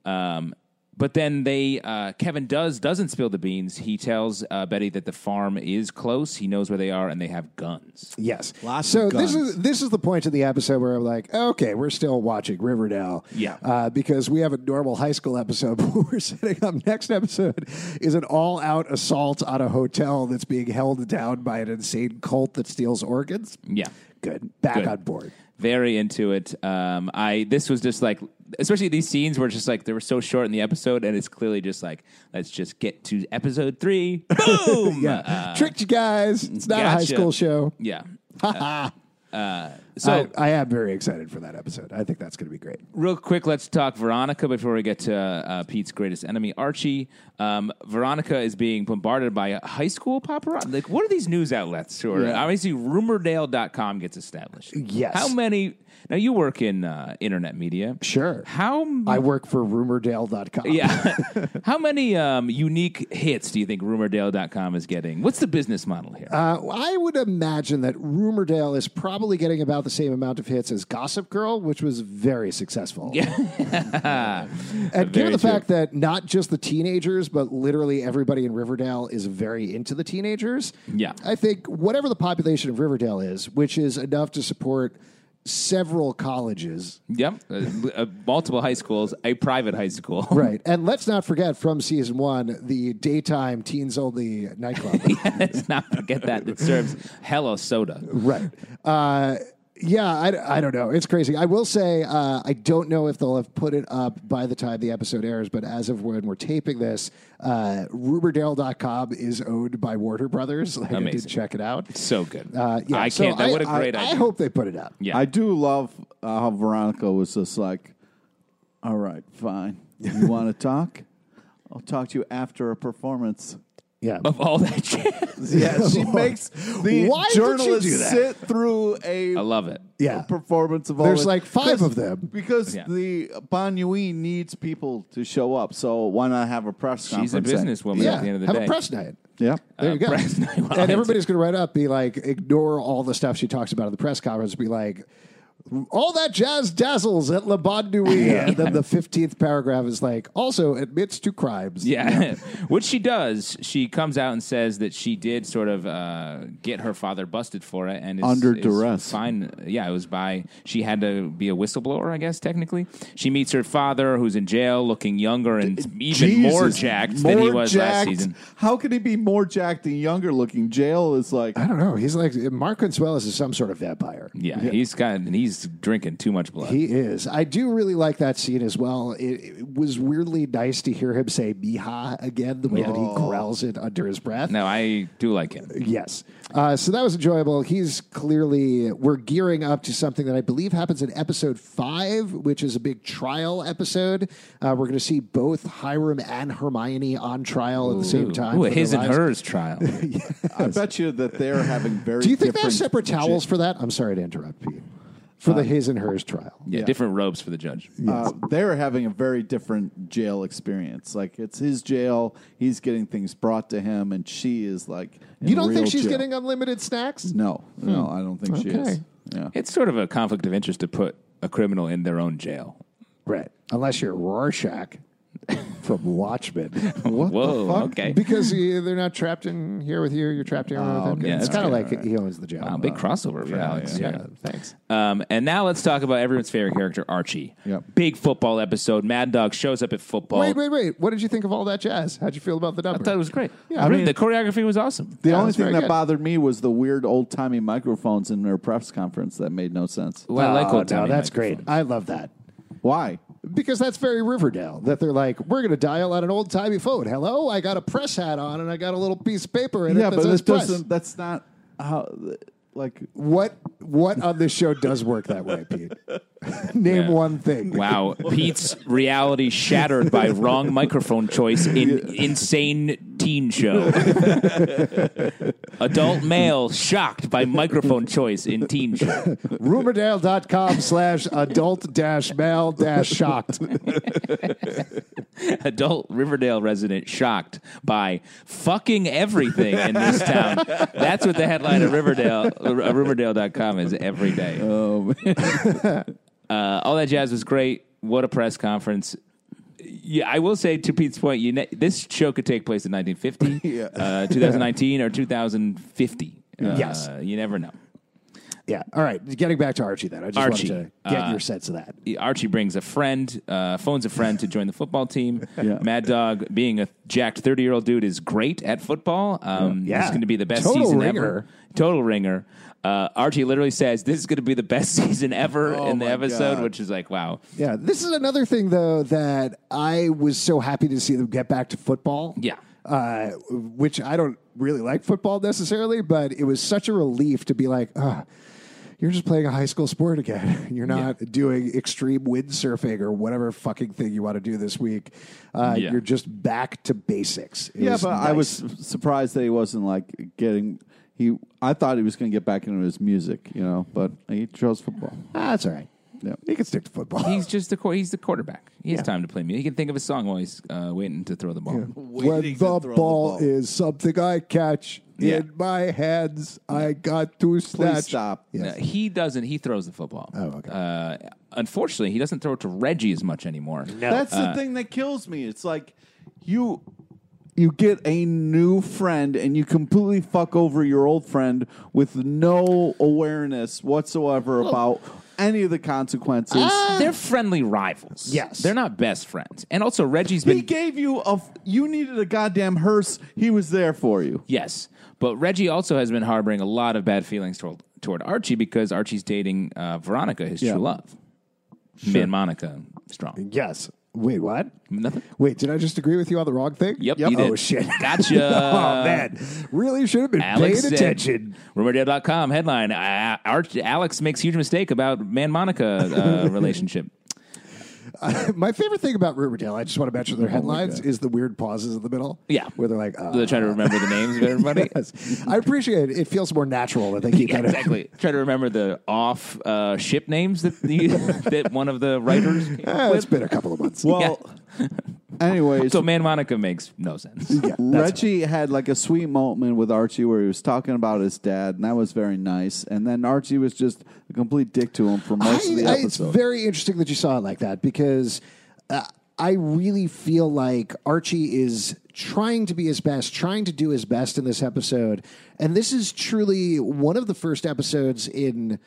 Um, but then they uh, Kevin does doesn't spill the beans. He tells uh, Betty that the farm is close. He knows where they are, and they have guns.
Yes.
Lots
so
of
this
guns.
is this is the point of the episode where I'm like, okay, we're still watching Riverdale.
Yeah.
Uh, because we have a normal high school episode, but what we're setting up next episode is an all out assault on a hotel that's being held down by an insane cult that steals organs.
Yeah.
Good. Back
Good.
on board.
very into it. Um, I this was just like, especially these scenes were just like they were so short in the episode, and it's clearly just like let's just get to episode three. Boom. yeah.
Tricked you guys. It's not a high
Uh, gotcha.
school show.
yeah. Uh, uh, so
I, I am very excited for that episode. I think that's going to be great.
real quick, let's talk Veronica before we get to uh, Pete's greatest enemy, Archie. Um, Veronica is being bombarded by high school paparazzi. Like, what are these news outlets? Or
Yeah.
obviously, rumordale.com gets established.
Yes.
How many? Now, you work in uh, internet media.
Sure.
How
I work for rumordale.com.
Yeah. How many um, unique hits do you think rumordale.com is getting? What's the business model here?
Uh, I would imagine that Rumordale is probably getting about the same amount of hits as Gossip Girl, which was very successful. Yeah. and given
Very
the fact that not just the teenagers, but literally everybody in Riverdale is very into the teenagers,
Yeah.
I think whatever the population of Riverdale is, which is enough to support several colleges,
yep. Uh, uh, multiple high schools, a private high school.
right? And let's not forget from season one the daytime teens only nightclub.
Let's not forget that. That serves hello soda.
Right. Uh, yeah, I, I don't know. It's crazy. I will say, uh, I don't know if they'll have put it up by the time the episode airs, but as of when we're taping this, uh, Ruberdale.com is owned by Warner Brothers. Like, I did
Amazing.
check it out.
So good.
Uh, yeah,
I
so
can't. that, what a
I-
great
I,
idea.
I hope they put it up.
Yeah.
I do love uh, how Veronica was just like, all right, fine. You want to talk? I'll talk to you after a performance.
Yeah.
of all that jazz.
Yeah, she makes the
Why did she do
journalist
that?
sit through a
I love it.
Yeah.
performance of all.
There's
this.
like five
'Cause-
of them.
because
Yeah.
the Banyui needs people to show up. So why not have a press
She's a
conference? then?
businesswoman
Yeah.
at the end of the
have
day.
a press night.
Yeah,
There
Uh,
you go.
press night.
and everybody's going to write up, be like, ignore all the stuff she talks about at the press conference, be like, all that jazz dazzles at La Bonne Nuit. And then the 15th paragraph is like, also admits to crimes.
Yeah. Which she does. She comes out and says that she did sort of uh, get her father busted for it and is,
Under
is
duress.
Fine. Yeah, it was by she had to be a whistleblower, I guess technically. She meets her father who's in jail looking younger and even more
Jesus,
jacked
more
than he was last
jacked.
season.
How could he be more jacked and younger looking? Jail is like
I don't know. He's like, Mark Consuelos is some sort of vampire.
Yeah, he's got and he's drinking too much blood.
He is. I do really like that scene as well. It, it was weirdly nice to hear him say Miha again, the way that
Oh.
he growls it under his breath.
no, I do like him.
Yes. Uh, so that was enjoyable. He's clearly, we're gearing up to something that I believe happens in episode five, which is a big trial episode. Uh, we're going to see both Hiram and Hermione on trial at the same time.
Ooh,
for their
his and
lives.
hers trial.
I bet you that they're having very.
Do you think they have
different
separate towels for that? I'm sorry to interrupt Pete. For the his and hers trial.
Uh, yeah, different robes for the judge.
Uh, they're having a very different jail experience. Like it's his jail. He's getting things brought to him, and she is like. in
You don't
real
think she's
jail.
getting unlimited snacks?
No, no, I don't think she is.
Okay.
Yeah.
It's sort of a conflict of interest to put a criminal in their own jail.
Right. Unless you're Rorschach from Watchmen.
Whoa, okay.
Because you, they're not trapped in here with you, you're trapped here with them.
Yeah,
Oh, it's
that's
kind of
good.
like he owns the jail.
Wow, big crossover for Alex.
Uh, yeah,
Yeah.
thanks.
Um, and now let's talk about everyone's favorite character, Archie.
Yep.
Big football episode. Mad Dog shows up at football.
Wait, wait, wait. What did you think of all that jazz? How'd you feel about the number?
Oh. I thought it was great.
Yeah, I
Really,
mean-
the choreography was awesome.
The
Yeah,
only
that's
thing
very
that
good.
bothered me was the weird old timey microphones in their press conference that made no sense.
Well, I like
oh,
old
no,
timey
that's
microphones.
great. I love that.
Why?
Because that's very Riverdale that they're like, we're going to dial on an old timey phone. Hello, I got a press hat on and I got a little piece of paper in it
Yeah,
that
but
says
that
press.
doesn't. That's not how. Like
What what on this show does work that way, Pete? Name
Yeah.
one thing.
Wow, Pete's reality shattered by wrong microphone choice in insane teen show. Adult male shocked by microphone choice in teen show.
Rumordale.com slash adult dash male dash shocked.
Adult Riverdale resident shocked by fucking everything in this town. That's what the headline of Riverdale uh, Riverdale.com is every day. Oh man. uh, all that jazz was great. What a press conference. Yeah, I will say to Pete's point, you ne- this show could take place in 1950, uh, 2019, or 2050. Uh,
Yes.
you never know.
Yeah. All right. Getting back to Archie then. I just
Archie,
wanted to get
uh,
your sense of that.
Archie brings a friend, uh, phones a friend to join the football team.
Yeah.
Mad Dog, being a jacked 30 year old dude, is great at football. Um,
Yeah.
This is going to be the best
Total
season
ringer.
ever. Total ringer. Uh, Archie literally says, This is going to be the best season ever
Oh
in the
my
episode,
God.
which is like, wow.
Yeah, this is another thing though that I was so happy to see them get back to football.
Yeah.
uh, which I don't really like football necessarily, but it was such a relief to be like, ah, you're just playing a high school sport again. You're not doing extreme windsurfing or whatever fucking thing you want to do this week. Uh,
Yeah.
You're just back to basics. It
yeah,
was
but I was
nice.
su- surprised that he wasn't like getting. He, I thought he was going to get back into his music, you know, but he chose football.
Ah, that's all right.
Yeah.
You can stick to football.
He's just the qu- he's the quarterback. He has time to play music. He can think of a song while he's uh, waiting to throw the ball.
when the ball, is something I catch
Yeah.
in my hands, I got to
please
snatch.
stop.
Yes.
No, Uh, he doesn't. He throws the football.
Oh, okay.
Uh, unfortunately, he doesn't throw it to Reggie as much anymore.
That's the thing that kills me. It's like you you get a new friend and you completely fuck over your old friend with no awareness whatsoever about any of the consequences.
They're friendly rivals.
Ah. Yes.
They're not best friends. And also, Reggie's
he
been.
gave you a f- you needed a goddamn hearse. He was there for you.
yes. But Reggie also has been harboring a lot of bad feelings toward, toward Archie because Archie's dating uh, Veronica, his
Yeah.
true love. Man, Monica, strong.
Yes. Wait, what?
Nothing.
Wait, did I just agree with you on the wrong thing?
Yep, you did.
Oh shit.
Gotcha.
oh man, really should have been
Alex
paying
said-
attention.
Rumordale.com headline uh, Arch- Alex makes huge mistake about Man Monica uh, relationship.
My favorite thing about Riverdale, I just want to mention their headlines, is the weird pauses in the middle.
Oh Yeah.
where they're like, uh,
They're trying to remember the names of everybody.
yes. I appreciate it. It feels more natural that they keep
Yeah,
that. in.
exactly. Try to remember the off uh, ship names that the, that one of the writers. Came
Eh,
up
it's
with.
been a couple of months.
Well, anyways,
So Man Monica makes no sense.
Reggie had like a sweet moment with Archie where he was talking about his dad, and that was very nice. And then Archie was just a complete dick to him for most of the
I- I-
episode.
it's very interesting that you saw it like that because uh, I really feel like Archie is trying to be his best, trying to do his best in this episode. And this is truly one of the first episodes in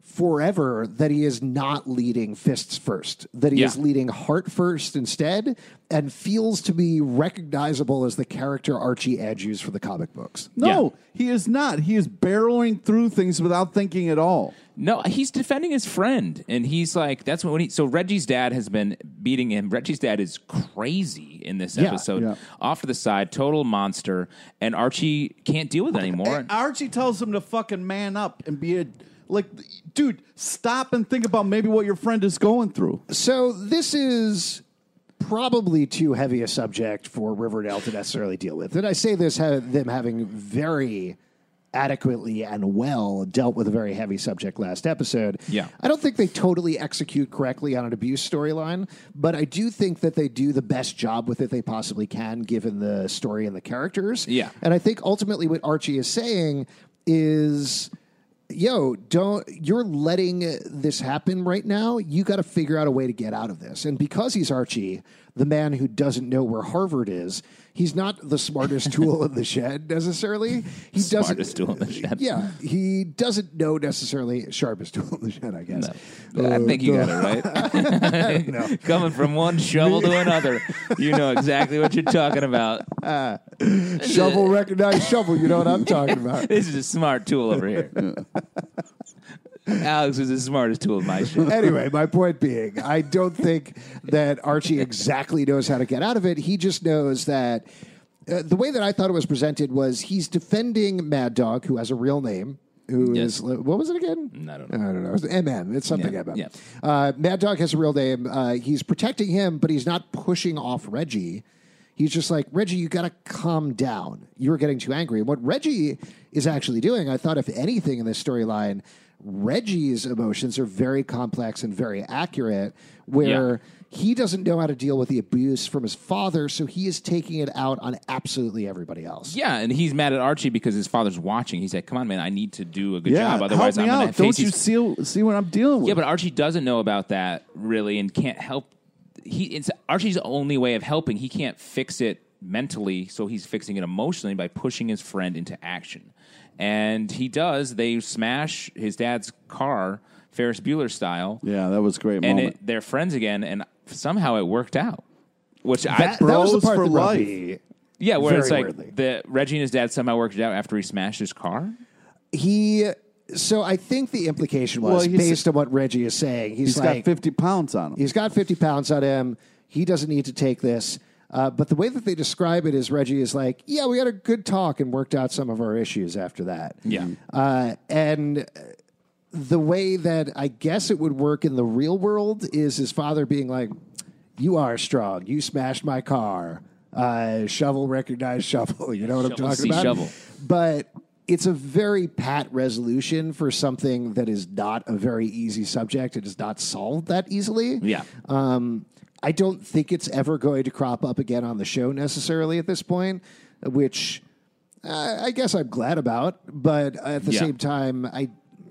forever that he is not leading fists first, that he
Yeah.
is leading heart first instead, and feels to be recognizable as the character Archie Andrews for the comic books.
No, he is not. He is barreling through things without thinking at all.
No, he's defending his friend, and he's like, "That's what." When he, so Reggie's dad has been beating him. Reggie's dad is crazy in this episode.
yeah.
Off to the side, total monster, and Archie can't deal with it
eh,
anymore.
Archie tells him to fucking man up and be a like, dude, stop and think about maybe what your friend is going through.
So this is probably too heavy a subject for Riverdale to necessarily deal with. And I say this ha- them having very adequately and well dealt with a very heavy subject last episode.
Yeah.
I don't think they totally execute correctly on an abuse storyline, but I do think that they do the best job with it they possibly can given the story and the characters.
Yeah.
And I think ultimately what Archie is saying is yo, don't you're letting this happen right now. You got to figure out a way to get out of this. And because he's Archie, the man who doesn't know where Harvard is, he's not the smartest tool in the shed necessarily. He
Smartest
doesn't
tool in the shed.
Yeah, he doesn't know necessarily sharpest tool in the shed, I guess. Uh,
I think you got it right. Coming from one shovel to another, you know exactly what you're talking about.
Shovel recognized shovel, you know what I'm talking about.
This is a smart tool over here. Alex was the smartest tool of my show.
anyway, my point being, I don't think that Archie exactly knows how to get out of it. He just knows that uh, the way that I thought it was presented was he's defending Mad Dog, who has a real name. who is
Yes.
what was it again?
I don't know.
I don't know. It's MM. It's something
Yeah,
MM.
yeah.
Uh, Mad Dog has a real name. Uh, he's protecting him, but he's not pushing off Reggie. He's just like, Reggie, you got to calm down. You were getting too angry. And what Reggie is actually doing, I thought, if anything, in this storyline, Reggie's emotions are very complex and very accurate, where he doesn't know how to deal with the abuse from his father, so he is taking it out on absolutely everybody else.
Yeah, and he's mad at Archie because his father's watching. He's like, "Come on, man, I need to do a good
Yeah,
job, otherwise
help
I'm
me
gonna
out.
face
Don't
these
you see, see what I'm dealing with?
Yeah, but Archie doesn't know about that really, and can't help. He it's Archie's only way of helping. He can't fix it mentally, so he's fixing it emotionally by pushing his friend into action. And he does. They smash his dad's car, Ferris Bueller style,
yeah, that was a great
and
moment.
it, they're friends again. And somehow it worked out. Which I
That, that was the
Bros
part
for
that brought
life.
me-
yeah, where
very
it's like
weirdly.
the Reggie and his dad somehow worked it out after he smashed his car.
he so I think the implication
Well,
was
he's-
based on what Reggie is saying. He's,
he's
like
got 50 pounds on him.
he's got fifty pounds on him. He doesn't need to take this. Uh, but the way that they describe it is Reggie is like, yeah, we had a good talk and worked out some of our issues after that.
Yeah.
Uh, and the way that I guess it would work in the real world is his father being like, "You are strong. You smashed my car. Uh, shovel recognized shovel. You know what
Shovel
I'm talking
see
about."
shovel.
But it's a very pat resolution for something that is not a very easy subject. It is not solved that easily.
Yeah.
Um, I don't think it's ever going to crop up again on the show necessarily at this point, which uh, I guess I'm glad about. But at the
Yeah.
same time, I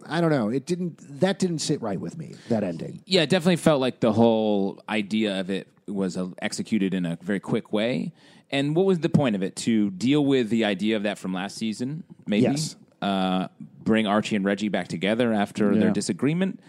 I don't know. It didn't that didn't sit right with me that ending.
yeah, it definitely felt like the whole idea of it was uh, executed in a very quick way. And what was the point of it? To deal with the idea of that from last season, maybe?
Yes.
Uh, bring Archie and Reggie back together after
Yeah.
their disagreement.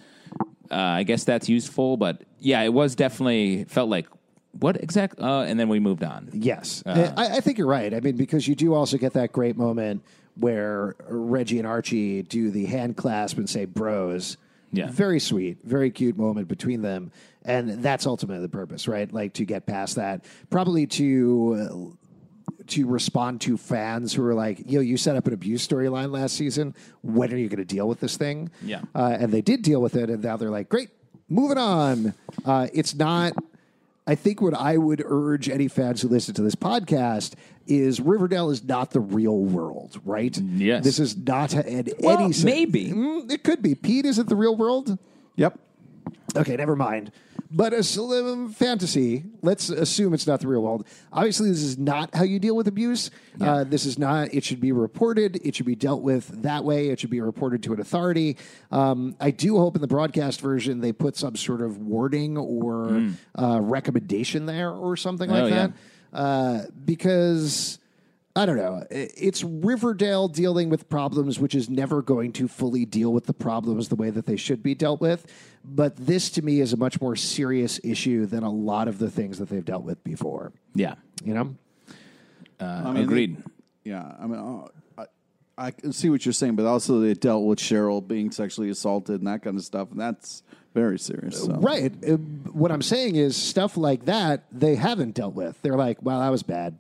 Uh, I guess that's useful, but yeah, it was definitely felt like what exact? Uh, and then we moved on.
Yes,
Uh-huh.
I, I think you're right. I mean, because you do also get that great moment where Reggie and Archie do the hand clasp and say "bros."
Yeah.
very sweet, very cute moment between them, and that's ultimately the purpose, right? Like to get past that, probably to uh, to respond to fans who are like, "Yo, you set up an abuse storyline last season. When are you going to deal with this thing?"
Yeah.
uh, and they did deal with it, and now they're like, "Great, moving on." Uh, it's not. I think what I would urge any fans who listen to this podcast is Riverdale is not the real world, right?
Yes.
This is not at
Well,
any sen-
maybe.
Mm, it could be. Pete, is it the real world?
Yep.
Okay, never mind. But a slim fantasy, let's assume it's not the real world. Obviously, this is not how you deal with abuse. Uh, this is not, it should be reported. It should be dealt with that way. It should be reported to an authority. Um, I do hope in the broadcast version they put some sort of warning or uh, recommendation there or something like
Hmm. Oh, yeah.
that. Uh, because. I don't know. I- It's Riverdale dealing with problems, which is never going to fully deal with the problems the way that they should be dealt with. But this, to me, is a much more serious issue than a lot of the things that they've dealt with before.
Yeah, uh,
You know?
I mean,
agreed.
yeah, I mean, oh, I, I can see what you're saying, but also they dealt with Cheryl being sexually assaulted and that kind of stuff, and that's very serious. So.
Right. Uh, What I'm saying is stuff like that they haven't dealt with. They're like, "Wow, that was bad.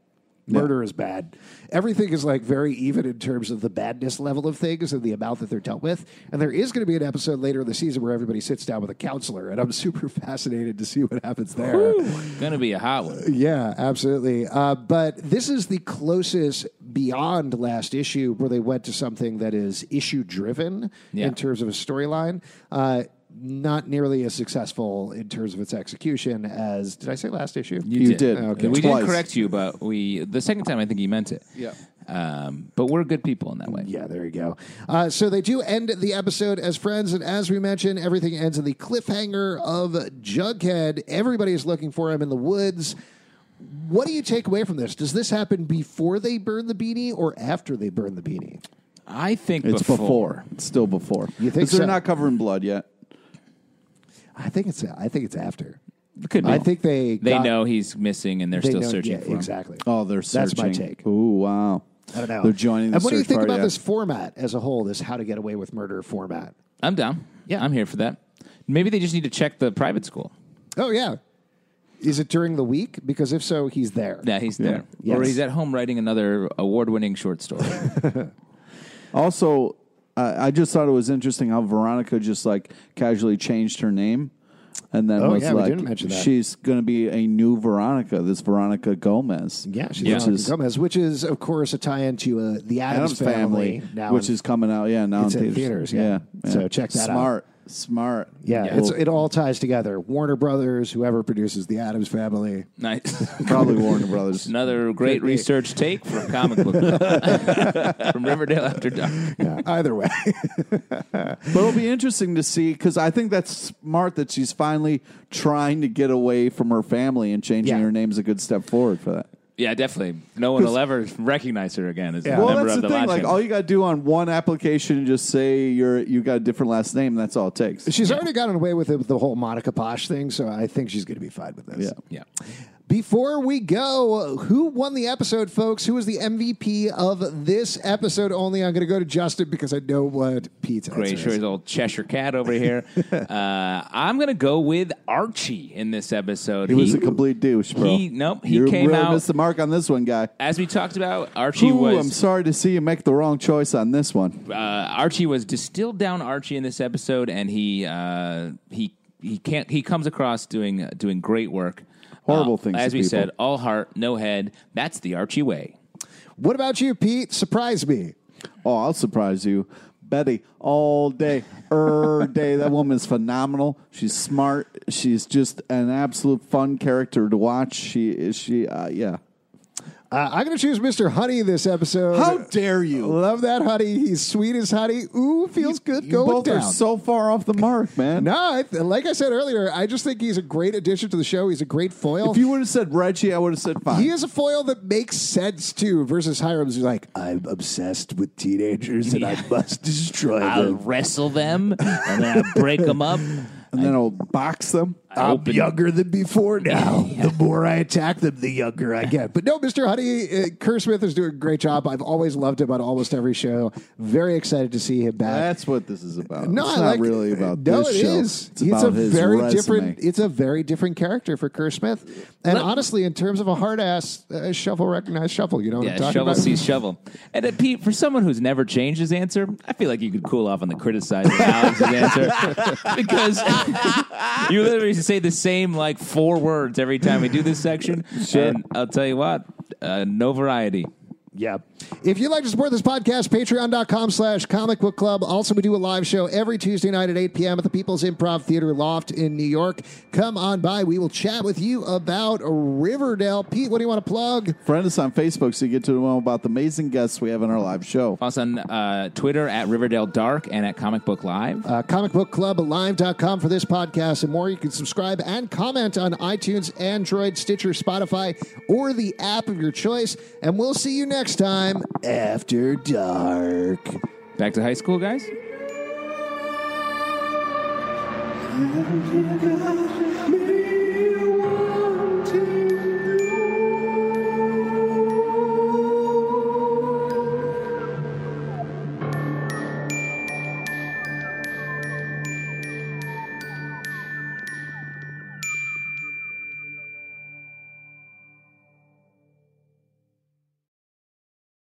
Murder is bad. Everything is like very even in terms of the badness level of things and the amount that they're dealt with." And there is going to be an episode later in the season where everybody sits down with a counselor, and I'm super fascinated to see what happens there.
Gonna be a hot one.
Yeah, absolutely. Uh, but this is the closest beyond last issue where they went to something that is issue driven
Yeah.
in terms of a storyline. Uh, not nearly as successful in terms of its execution as did I say last issue?
You did.
Okay.
We
Twice.
did correct you, but we the second time I think you meant it.
Yeah.
Um, but we're good people in that way.
Yeah, there you go. Uh, so they do end the episode as friends, and as we mentioned, everything ends in the cliffhanger of Jughead. Everybody is looking for him in the woods. What do you take away from this? Does this happen before they burn the beanie or after they burn the beanie?
I think
It's before. It's still before.
You think
Because they're
so?
not covering blood yet.
I think it's I think it's after.
Could be.
I think they
they
got-
know he's missing and they're
They
still
know-
searching
yeah,
for him.
exactly.
Oh, they're
That's
searching.
my take.
Ooh, wow.
I don't know.
They're joining the
And what do you
search
think
party
about
after.
this format as a whole? This how to get away with murder format.
I'm down.
Yeah.
I'm here for that. Maybe they just need to check the private school.
Oh yeah, is it during the week? Because if so, he's there.
Yeah, he's there.
Yes.
Or he's at home writing another award winning short story.
Also, I, I just thought it was interesting how Veronica just like casually changed her name. And then
Oh,
was
yeah, we
like,
didn't mention that.
she's going to be a new Veronica, this Veronica Gomez.
Yeah, she's
which
Veronica
is
Gomez, which is of course a tie-in to uh, the Adams,
Adam's Family,
now,
which
in-
is coming out. Yeah, now
It's
in
in
theaters.
theaters, yeah. So check that out.
smart, out. Smart,
yeah, it's, it all ties together. Warner Brothers, whoever produces the Adams Family,
Nice.
probably Warner Brothers.
Another great research take from comic book from Riverdale After Dark.
yeah, either way,
But it'll be interesting to see because I think that's smart that she's finally trying to get away from her family and changing
Yeah.
her name's a good step forward for that.
Yeah, definitely. No one will ever recognize her again as a
Well,
member
that's
of
the,
the,
thing.
Watchmen.
Like, all you got to do on one application, just say you're you got a different last name. That's all it takes.
she's already gotten away with it with the whole Monica Posh thing, so I think she's going to be fine with this.
Yeah.
yeah.
Before we go, who won the episode, folks? Who was the MVP of this episode only? I'm going to go to Justin because I know what Pete's answer
Great, sure
is.
his old Cheshire Cat over here. uh, I'm gonna go with Archie in this episode.
He was a complete douche, bro.
he- nope, he
you
came
really
out-
missed the mark on this one, guy.
as we talked about. Archie
Ooh, I'm
was
sorry to see you make the wrong choice on this one.
uh, Archie was distilled down Archie in this episode, and he uh, he he can't he comes across doing doing great work.
Horrible
Uh,
things
as
to
we
people.
said, all heart, no head. That's the Archie way.
What about you, Pete? Surprise me.
Oh, I'll surprise you. Betty, all day, er day. That woman's phenomenal. She's smart. She's just an absolute fun character to watch. She is she. Uh, yeah.
Uh, I'm going to choose Mr. Honey this episode.
dare you?
Love that honey. He's sweet as honey. Ooh, feels good
You
going
both
down.
are so far off the mark, man.
no, I th- like I said earlier, I just think he's a great addition to the show. He's a great foil.
If you would have said Reggie, I would have said fine.
he is a foil that makes sense too. Versus Hiram's, who's like,
I'm obsessed with teenagers and I must destroy
I'll
them.
wrestle them and then I break them up.
and then I'll box them.
I'm
open-
younger than before now. The more I attack them, the younger I
Yeah,
get.
but no, Mr. Honey, uh, Kersmith is doing a great job. I've always loved him on almost every show. Very excited to see him back.
That's what this is about.
no,
it's
I
not
like-
really about
no,
this
it
show.
is.
It's, about
a
his
very
resume.
different. It's a very different character for Kersmith. And honestly, in terms of a hard ass, uh, shovel recognized shovel. You know what I'm
Yeah,
talking
shovel
about?
sees shovel. And uh, Pete, for someone who's never changed his answer, I feel like you could cool off on the criticizing Alex's answer because you literally say the same like four words every time we do this section. And I'll tell you what, uh, no variety.
Yeah. If you'd like to support this podcast, patreon.com slash comic book club. Also, we do a live show every Tuesday night at 8 p.m. at the People's Improv Theater Loft in New York. Come on by. We will chat with you about Riverdale. Pete, what do you want to plug?
Friend us on Facebook so you get to know about the amazing guests we have in our live show.
Follow us on uh, Twitter at Riverdale Dark and at Comic Book Live.
uh, comicbookclublive.com for this podcast and more. You can subscribe and comment on iTunes, Android, Stitcher, Spotify, or the app of your choice. And we'll see you next time.
After dark.
Back to high school, guys.
Thank you.